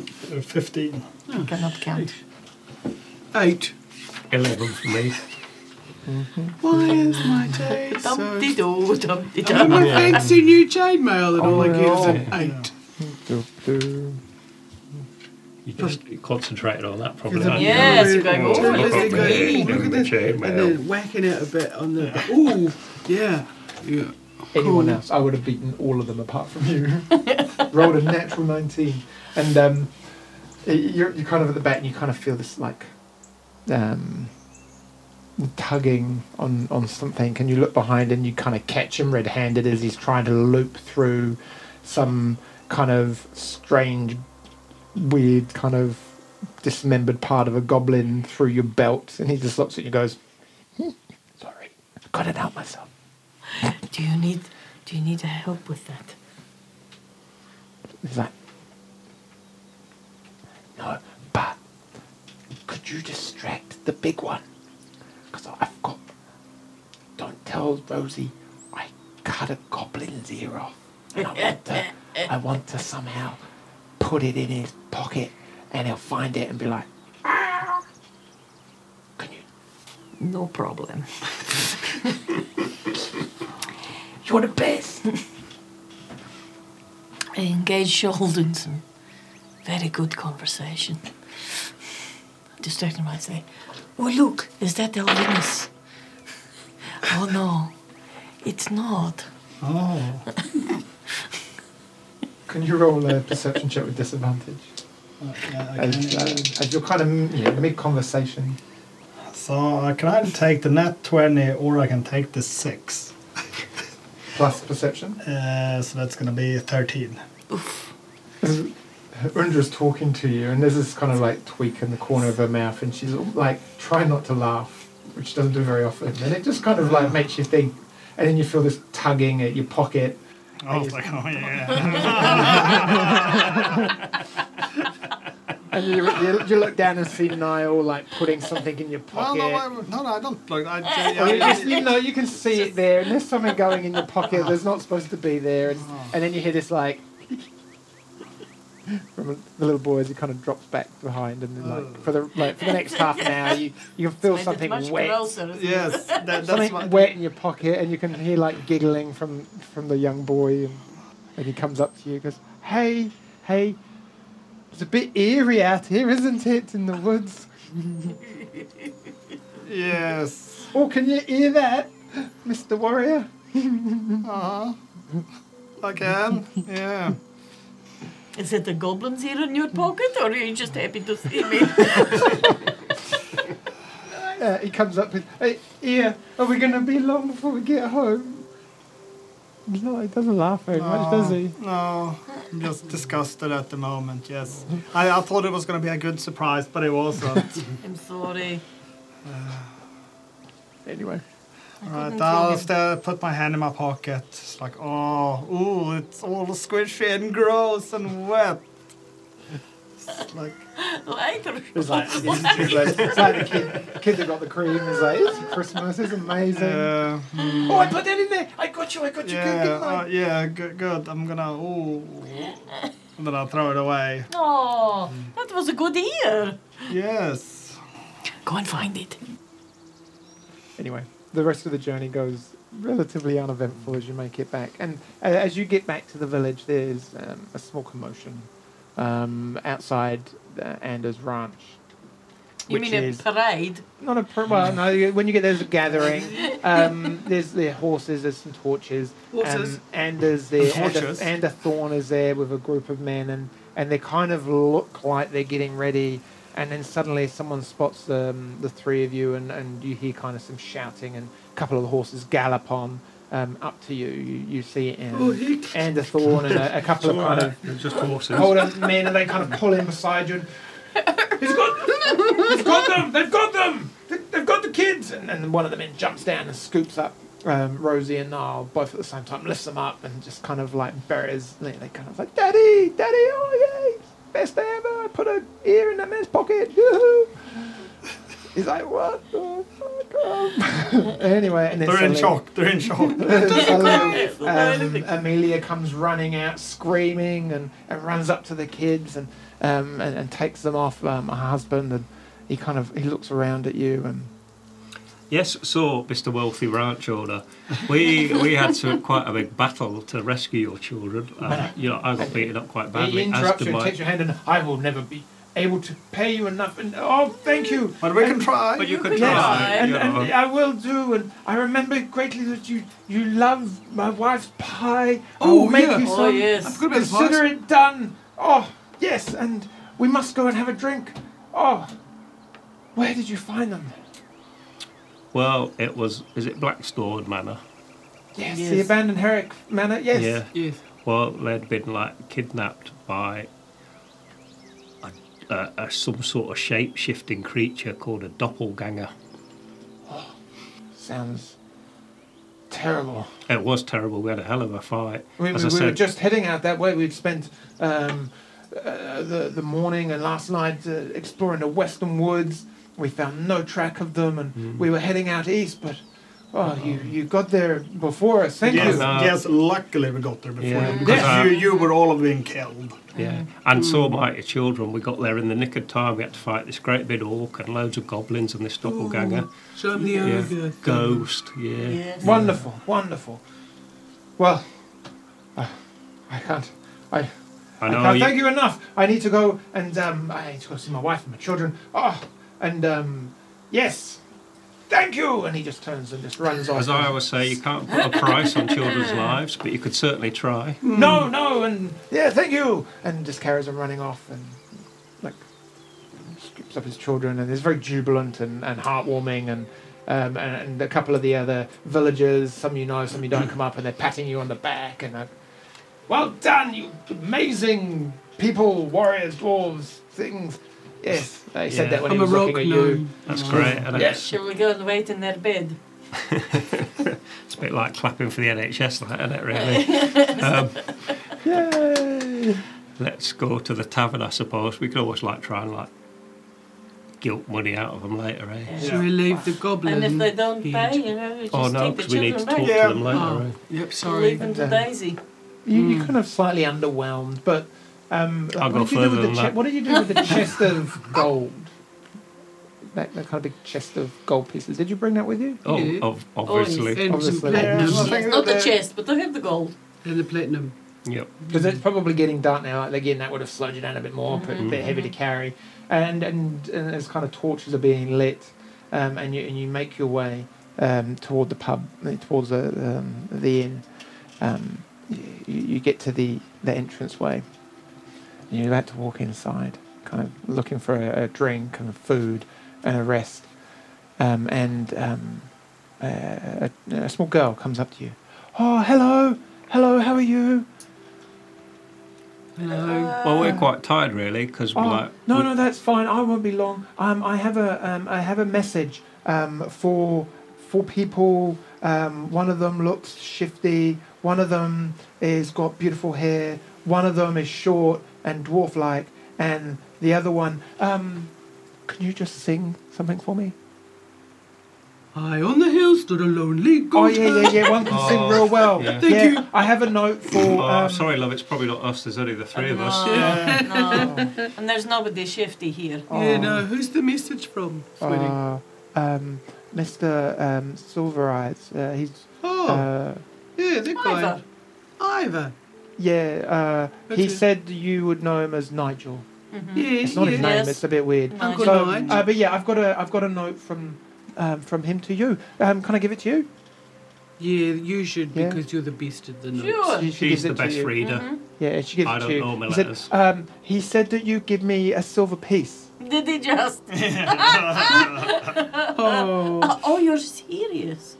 Speaker 5: 15.
Speaker 3: Cannot count.
Speaker 6: Eight.
Speaker 2: Eleven for me.
Speaker 6: Why is my taste so...
Speaker 3: Dumpty doo, dumpty
Speaker 6: I
Speaker 3: dum.
Speaker 6: my fancy new chainmail and all I get is an
Speaker 1: Oh, no.
Speaker 6: eight.
Speaker 1: Do, do.
Speaker 2: You just concentrated on that, probably.
Speaker 5: Is it-
Speaker 2: aren't you?
Speaker 3: Yes, you're going
Speaker 2: Oh,
Speaker 3: over
Speaker 2: look at
Speaker 6: Look at
Speaker 3: it.
Speaker 6: the
Speaker 2: me,
Speaker 6: guy. Look at
Speaker 2: doing the
Speaker 6: this. And
Speaker 2: chainmail.
Speaker 6: then whacking it a bit on the... Ooh, yeah. Yeah.
Speaker 1: Anyone
Speaker 6: Cool.
Speaker 1: else? I would have beaten all of them apart from you. Rolled a natural 19. And um, y- you're, you're kind of at the back and you kind of feel this like um, tugging on, on something. And you look behind and you kind of catch him red handed as he's trying to loop through some kind of strange, weird kind of dismembered part of a goblin through your belt. And he just looks at you and goes, "Hmm, Sorry, got it out myself.
Speaker 3: Do you need do you need help with that?
Speaker 1: He's like, no, but could you distract the big one? Because I've got. Don't tell Rosie cut a goblin's ear off. And I want to, I want to somehow put it in his pocket, and he'll find it and be like, "Ah." "Can you?
Speaker 3: No problem.
Speaker 1: You're the best."
Speaker 3: I engaged Sheldon's in very good conversation. I distracted him, I say, Oh, look, is that Elvinus? oh, no, it's not.
Speaker 5: Oh,
Speaker 1: Can you roll a perception check with disadvantage?
Speaker 5: yeah, I
Speaker 1: As, uh,
Speaker 5: can-
Speaker 1: as you're kind of you know, mid conversation.
Speaker 5: so I can either take the net 20 or I can take the 6.
Speaker 1: Plus perception.
Speaker 5: Uh, so that's gonna be 13.
Speaker 1: Undra's talking to you, and there's this kind of like tweak in the corner of her mouth, and she's like trying not to laugh, which she doesn't do very often. And it just kind of like makes you think, and then you feel this tugging at your pocket.
Speaker 5: I was like, oh yeah.
Speaker 1: And you, you, you look down and see Niall like putting something in your
Speaker 5: well,
Speaker 1: pocket.
Speaker 5: no, I, no, no, I don't look. I, I,
Speaker 1: Well, you, just,
Speaker 5: I,
Speaker 1: you know, you can see it there, and there's something going in your pocket that's not supposed to be there, and, and then you hear this like from the little boy as he kind of drops back behind, and then, like for the like for the next half an hour, you you can feel something wet,
Speaker 5: yes, that, that's
Speaker 1: something
Speaker 5: what.
Speaker 1: wet in your pocket, and you can hear like giggling from from the young boy, and, and he comes up to you, goes, "Hey, hey, it's a bit eerie out here, isn't it, in the woods?
Speaker 5: Yes.
Speaker 1: Oh, can you hear that, Mister Warrior?"
Speaker 5: Uh-huh. I can. Uh-huh. Yeah.
Speaker 3: Is it the goblins here in your pocket, or are you just happy to see me?
Speaker 1: Uh, he comes up with, hey, yeah, are we going to be long before we get home? No, he doesn't laugh very much, does he?
Speaker 5: No, I'm just disgusted at the moment. Yes, I, I thought it was gonna be a good surprise, but it wasn't.
Speaker 3: I'm sorry.
Speaker 1: Anyway.
Speaker 5: right,
Speaker 3: couldn't
Speaker 5: I'll
Speaker 3: tell
Speaker 5: have to put my hand in my pocket. It's like, oh, ooh, it's all squishy and gross and wet. It's like,
Speaker 3: Later.
Speaker 1: It's like, it's like the kid, kid that got the cream. It's like, it's Christmas, it's amazing.
Speaker 5: uh, mm,
Speaker 1: oh, I put that in there. I got you, I got you. Good,
Speaker 5: yeah,
Speaker 1: good
Speaker 5: uh,
Speaker 1: night.
Speaker 5: yeah, good, good. I'm gonna, ooh, and then I'll throw it away.
Speaker 3: Oh, that was a good ear.
Speaker 5: Yes.
Speaker 3: Go and find it.
Speaker 1: Anyway, the rest of the journey goes relatively uneventful as you make it back. And uh, as you get back to the village, there's um, a small commotion um, outside uh, Anders Ranch.
Speaker 3: You
Speaker 1: which
Speaker 3: mean a
Speaker 1: is-
Speaker 3: parade?
Speaker 1: Not a pro- well, no. you- When you get there, there's a gathering. Um, there's the horses. There's some torches.
Speaker 5: Horses?
Speaker 1: Um, and there's the
Speaker 5: Torches?
Speaker 1: and Ander Thorn is there with a group of men, and and they kind of look like they're getting ready. And then suddenly someone spots um, the three of you, and, and you hear kind of some shouting, and a couple of the horses gallop on um, up to you. You, you see
Speaker 6: Oh,
Speaker 1: um,
Speaker 6: he
Speaker 1: Ander Thorn and a, a couple of kind of
Speaker 2: It's just horses.
Speaker 1: older men, and they kind of pull in beside you. And, he's got, he's got them. They've got them. They- They've got the kids. And, and one of the men jumps down and scoops up um, Rosie and Niall both at the same time, lifts them up, and just kind of like buries. They, they kind of like, Daddy, Daddy, oh yeah, best day ever. I put a ear in that man's pocket. Yoo-hoo. He's like, what the fuck? up?" anyway, and then
Speaker 5: They're in
Speaker 1: suddenly-
Speaker 5: shock. They're in shock.
Speaker 1: Suddenly, um, Amelia comes running out screaming and, and runs up to the kids and um, and, and takes them off um, her husband and he kind of he looks around at you and
Speaker 2: Yes, so Mr. Wealthy Ranch Owner, we we had some quite a big battle to rescue your children. Uh, you know, I got beaten up quite badly.
Speaker 1: he interrupts you
Speaker 2: as did
Speaker 1: and
Speaker 2: my,
Speaker 1: takes your hand and I will never be able to pay you enough and oh thank you
Speaker 5: But we can try.
Speaker 2: but you could
Speaker 3: Yeah,
Speaker 2: try.
Speaker 1: and,
Speaker 2: you know.
Speaker 1: and I will do and I remember greatly that you you love my wife's pie
Speaker 6: Oh,
Speaker 1: I'll make
Speaker 6: yeah.
Speaker 1: you
Speaker 3: Oh,
Speaker 1: some.
Speaker 6: I
Speaker 3: yes.
Speaker 6: forgot about the
Speaker 1: Consider
Speaker 6: pipes.
Speaker 1: it done. Oh, yes, and we must go and have a drink. Oh, where did you find them?
Speaker 2: well, it was is it Blackstone Manor?
Speaker 1: Yes,
Speaker 3: Yes.
Speaker 1: the abandoned Herrick Manor. Yes.
Speaker 2: Yeah.
Speaker 6: Yes.
Speaker 2: Well, they'd been like kidnapped by a, a, a some sort of shape shifting creature called a doppelganger.
Speaker 1: Sounds terrible.
Speaker 2: It was terrible. We had a hell of a fight.
Speaker 1: We,
Speaker 2: As
Speaker 1: we,
Speaker 2: I
Speaker 1: we
Speaker 2: said,
Speaker 1: were just heading out that way. We'd spent um, uh, the, the morning and last night uh,
Speaker 2: Mm.
Speaker 1: exploring the western woods. We found no track of them, and we were heading out east, but Oh, you, you got there before us. Thank
Speaker 5: yes,
Speaker 1: you.
Speaker 2: no.
Speaker 5: yes, luckily we got there before
Speaker 2: Yeah,
Speaker 5: you.
Speaker 2: because,
Speaker 5: Because
Speaker 2: uh,
Speaker 5: you, you were all being killed.
Speaker 2: Yeah, and so might the children. We got there in the nick of time. We had to fight this great big orc and loads of goblins and this doppelganger.
Speaker 6: Show him the
Speaker 2: Yeah,
Speaker 6: ogre.
Speaker 2: ghost. Yeah.
Speaker 3: Yes.
Speaker 1: Wonderful, wonderful. Well, I, I can't. I,
Speaker 2: I
Speaker 1: I
Speaker 2: know.
Speaker 1: can't
Speaker 2: you-
Speaker 1: thank you enough. I need to go and um, I need to go see my wife and my children. Oh, and um, yes, thank you. And he just turns and just runs off.
Speaker 2: As I always say, you can't put a price on children's lives, but you could certainly try.
Speaker 1: no, no, and Hmm. yeah, thank you. And just carries on running off and like strips up his children and is very jubilant and, and heartwarming and. Um, and, and a couple of the other villagers, some you know, some you don't, come up and they're patting you on the back and like, well done, you amazing people, warriors, dwarves, things. Yes, they said
Speaker 2: Yeah.
Speaker 1: that when
Speaker 6: I'm
Speaker 1: he
Speaker 6: a
Speaker 1: was
Speaker 6: rock
Speaker 1: looking at you.
Speaker 6: gnome.
Speaker 2: That's great. And it's,
Speaker 3: Shall we go and wait in their bed?
Speaker 2: it's a bit like clapping for the NHS, that, isn't it, really? um,
Speaker 1: Yay!
Speaker 2: let's go to the tavern, I suppose. We could always like try and like guilt money out of them later, eh?
Speaker 6: Should we leave the goblin?
Speaker 3: And if they don't
Speaker 6: here?
Speaker 3: pay, you know, you just
Speaker 2: Oh no,
Speaker 3: take the
Speaker 2: because we need to
Speaker 3: children
Speaker 2: talk
Speaker 3: back.
Speaker 5: Yeah.
Speaker 2: to them later.
Speaker 6: Oh,
Speaker 2: eh?
Speaker 6: yep,
Speaker 3: Leave
Speaker 6: sorry.
Speaker 3: them to
Speaker 1: And, uh,
Speaker 3: Daisy.
Speaker 1: You,
Speaker 2: Hmm.
Speaker 1: you kind of slightly underwhelmed, but um, what
Speaker 2: I'll go
Speaker 1: did you do
Speaker 2: further
Speaker 1: with the
Speaker 2: than
Speaker 1: che-
Speaker 2: that.
Speaker 1: What did you do with the chest of gold? That, that kind of big chest of gold pieces. Did you bring that with you?
Speaker 2: Oh,
Speaker 6: Yeah.
Speaker 2: ob- obviously.
Speaker 6: And some
Speaker 1: Obviously.
Speaker 5: Yeah,
Speaker 6: platinum.
Speaker 5: I
Speaker 3: Yes,
Speaker 5: think
Speaker 3: not the
Speaker 5: that-
Speaker 3: chest, but I have the gold.
Speaker 6: And the platinum.
Speaker 2: Yep.
Speaker 1: Because it's probably getting dark now. and Again, that would have slowed you down a bit more, but a bit heavy to carry. And and, and as kind of torches are being lit, um, and you and you make your way um, toward the pub, uh, towards the um, the inn. Um, you, you get to the the entranceway. And You're about to walk inside, kind of looking for a, a drink and food and a rest. Um, and um, uh, a, a small girl comes up to you. Oh, hello, hello, how are you?
Speaker 6: Hello.
Speaker 3: Uh,
Speaker 2: Well, we're quite tired, really, because
Speaker 1: Oh,
Speaker 2: we're like.
Speaker 1: no,
Speaker 2: we-
Speaker 1: no, that's fine. I won't be long. Um, I have a, um, I have a message um, for for people. Um, one of them looks shifty. One of them is got beautiful hair. One of them is short and dwarf-like, and the other one. Um, can you just sing something for me?
Speaker 6: High on the hill stood a lonely
Speaker 1: Oh
Speaker 6: goat.
Speaker 1: yeah, yeah, yeah. One can sing real well.
Speaker 2: yeah.
Speaker 6: Thank
Speaker 1: Yeah,
Speaker 6: you.
Speaker 1: I have a note
Speaker 2: Oh,
Speaker 1: for. Um,
Speaker 2: sorry, love. It's probably not us. There's only the three of us.
Speaker 3: No,
Speaker 5: Yeah.
Speaker 1: Oh,
Speaker 3: no. And there's nobody shifty here.
Speaker 6: Yeah, no, who's the message from? Sweetie?
Speaker 1: uh, um, Mr. Um, Silver Eyes. Uh, he's.
Speaker 6: oh,
Speaker 1: Uh,
Speaker 6: yeah, that guy.
Speaker 3: Either.
Speaker 6: Ivor.
Speaker 1: Yeah, uh,
Speaker 6: That's
Speaker 1: he
Speaker 6: it.
Speaker 1: said you would know him as Nigel.
Speaker 3: Mm-hmm.
Speaker 6: Yeah,
Speaker 1: It's not
Speaker 6: yeah.
Speaker 1: his name;
Speaker 3: Yes.
Speaker 1: it's a bit weird.
Speaker 3: Uncle
Speaker 1: So,
Speaker 6: Nige.
Speaker 1: uh, but yeah, I've got a I've got a note from um, from him to you. Um, can I give it to you?
Speaker 6: Yeah, you should
Speaker 1: Yeah.
Speaker 6: because you're the best at the notes.
Speaker 3: Sure.
Speaker 1: She- she
Speaker 2: She's
Speaker 1: gives it
Speaker 2: the
Speaker 1: to
Speaker 2: best
Speaker 1: you.
Speaker 2: reader.
Speaker 3: Mm-hmm.
Speaker 1: Yeah, she gives
Speaker 2: I
Speaker 1: it
Speaker 2: don't
Speaker 1: to you.
Speaker 2: know my
Speaker 1: he, said,
Speaker 2: letters.
Speaker 1: um, he said that you give me a silver piece.
Speaker 3: Did he just?
Speaker 6: Oh,
Speaker 3: Oh, you're serious.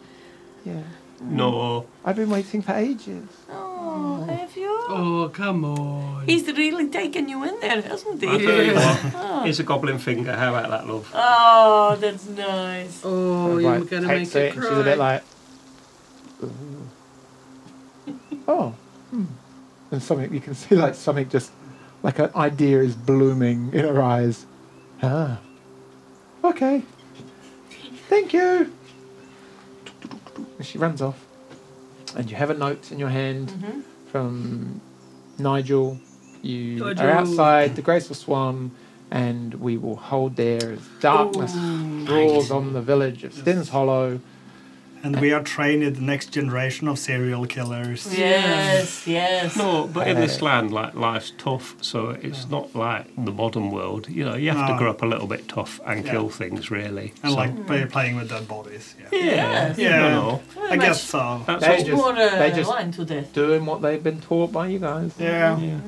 Speaker 1: Yeah,
Speaker 2: Mm-hmm. No.
Speaker 1: I've been waiting for ages.
Speaker 3: Oh, have you?
Speaker 6: oh, come on.
Speaker 3: He's really taken you in there, hasn't
Speaker 2: I
Speaker 3: he?
Speaker 2: tell you what, it's a goblin finger. How about that, love?
Speaker 3: Oh, that's nice.
Speaker 6: oh, you're
Speaker 1: Right,
Speaker 6: gonna make
Speaker 1: takes
Speaker 6: her
Speaker 1: it, and
Speaker 6: cry.
Speaker 1: She's a bit like, "Ooh." oh, hmm." and something you can see like something just like an idea is blooming in her eyes. Ah, okay. Thank you. And she runs off, and you have a note in your hand
Speaker 6: Mm-hmm.
Speaker 1: from Nigel. You
Speaker 6: Nigel.
Speaker 1: are outside the Graceful Swan, and we will hold there as darkness draws on the village of Stins Hollow.
Speaker 5: And we are training the next generation of serial killers.
Speaker 3: Yes, yes.
Speaker 2: No, but in this land, like life's tough, so it's not like the modern world. You know, you have to
Speaker 5: No.
Speaker 2: grow up a little bit tough and
Speaker 5: Yeah.
Speaker 2: kill things, really.
Speaker 5: And
Speaker 2: So-
Speaker 5: like play, playing with dead bodies. Yeah.
Speaker 2: yeah,
Speaker 3: Yeah.
Speaker 5: Yeah.
Speaker 2: You know,
Speaker 5: I guess so.
Speaker 2: that's
Speaker 1: They
Speaker 2: all.
Speaker 1: just-
Speaker 3: more uh,
Speaker 1: they just-
Speaker 3: line to death.
Speaker 1: Doing what they've been taught by you guys.
Speaker 5: Yeah.
Speaker 2: Yeah.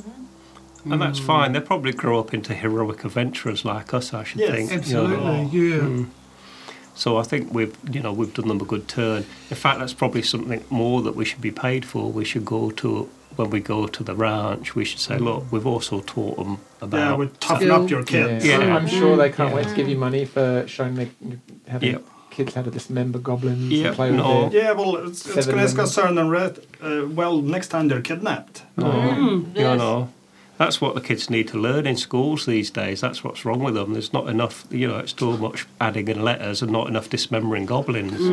Speaker 2: And that's fine. They probably grow up into heroic adventurers like us, I should
Speaker 5: Yes,
Speaker 2: think. you know.
Speaker 6: Absolutely, yeah.
Speaker 2: So I think we've, you know, we've done them a good turn. In fact, that's probably something more that we should be paid for. We should go to when we go to the ranch. We should say, look, we've also taught them
Speaker 5: Yeah,
Speaker 2: about.
Speaker 5: we toughen up your kids.
Speaker 2: Yeah.
Speaker 1: I'm sure they can't
Speaker 2: Yeah.
Speaker 1: wait to give you money for showing the having
Speaker 2: Yep.
Speaker 1: kids how to dismember goblins
Speaker 2: Yep,
Speaker 1: and play with
Speaker 2: no.
Speaker 1: their-
Speaker 5: Yeah, well, it's, it's,
Speaker 1: Seven
Speaker 5: gonna- it's
Speaker 1: women.
Speaker 2: Mm-hmm.
Speaker 5: concerned and red. Uh, well, next time they're kidnapped.
Speaker 2: No, Oh, you
Speaker 3: Mm, yes.
Speaker 2: know. That's what the kids need to learn in schools these days. That's what's wrong with them. There's not enough, you know, it's too much adding in letters and not enough dismembering goblins. That's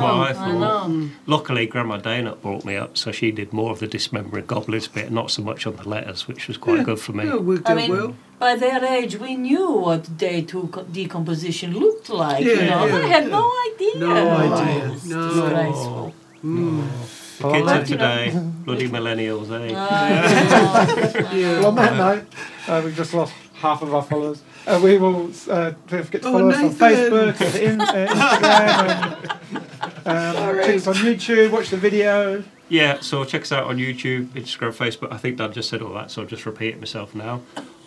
Speaker 2: what Mm-hmm. I thought. Luckily, Grandma Dana brought me up, so she did more of the dismembering goblins bit, not so much on the letters, which was quite good for me.
Speaker 6: Yeah, we'll do
Speaker 3: I mean,
Speaker 6: well.
Speaker 3: by their age, we knew what day two co- decomposition looked like. you
Speaker 6: Yeah,
Speaker 3: know,
Speaker 6: yeah,
Speaker 3: they had
Speaker 6: yeah.
Speaker 3: no idea.
Speaker 6: No idea.
Speaker 3: It's
Speaker 6: No. Mm.
Speaker 3: disgraceful.
Speaker 2: The kids
Speaker 3: Well, Uh,
Speaker 2: of
Speaker 3: you know-
Speaker 2: today, bloody millennials, eh?
Speaker 6: Yeah.
Speaker 1: Well, on that note, uh, we've just lost half of our followers. Uh, we will uh, don't forget to
Speaker 6: Oh,
Speaker 1: follow us on
Speaker 6: Nathan.
Speaker 1: Facebook, and in, uh, Instagram, and um, check us on YouTube. Watch the video.
Speaker 2: Yeah, so check us out on YouTube, Instagram, Facebook. I think Dan just said all that, so I'll just repeat it myself now.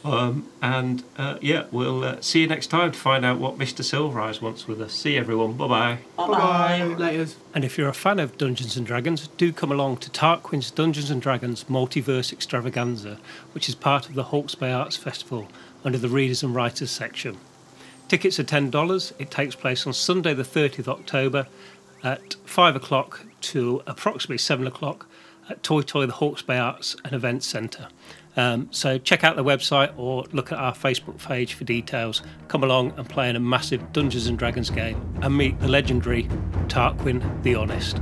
Speaker 2: Um, and uh, yeah, we'll uh, see you next time to find out what Mr. Silver Eyes wants with us. See you, everyone. Bye bye.
Speaker 6: Bye. Laters.
Speaker 2: And if you're a fan of Dungeons and Dragons, do come along to Tarquin's Dungeons and Dragons Multiverse Extravaganza, which is part of the Hawke's Bay Arts Festival under the Readers and Writers section. Tickets are $10. It takes place on Sunday, the 30th October at 5 o'clock to approximately 7 o'clock at Toy Toy, the Hawke's Bay Arts and Events Centre. Um, so check out the website or look at our Facebook page for details. Come along and play in a massive Dungeons and Dragons game and meet the legendary Tarquin the Honest.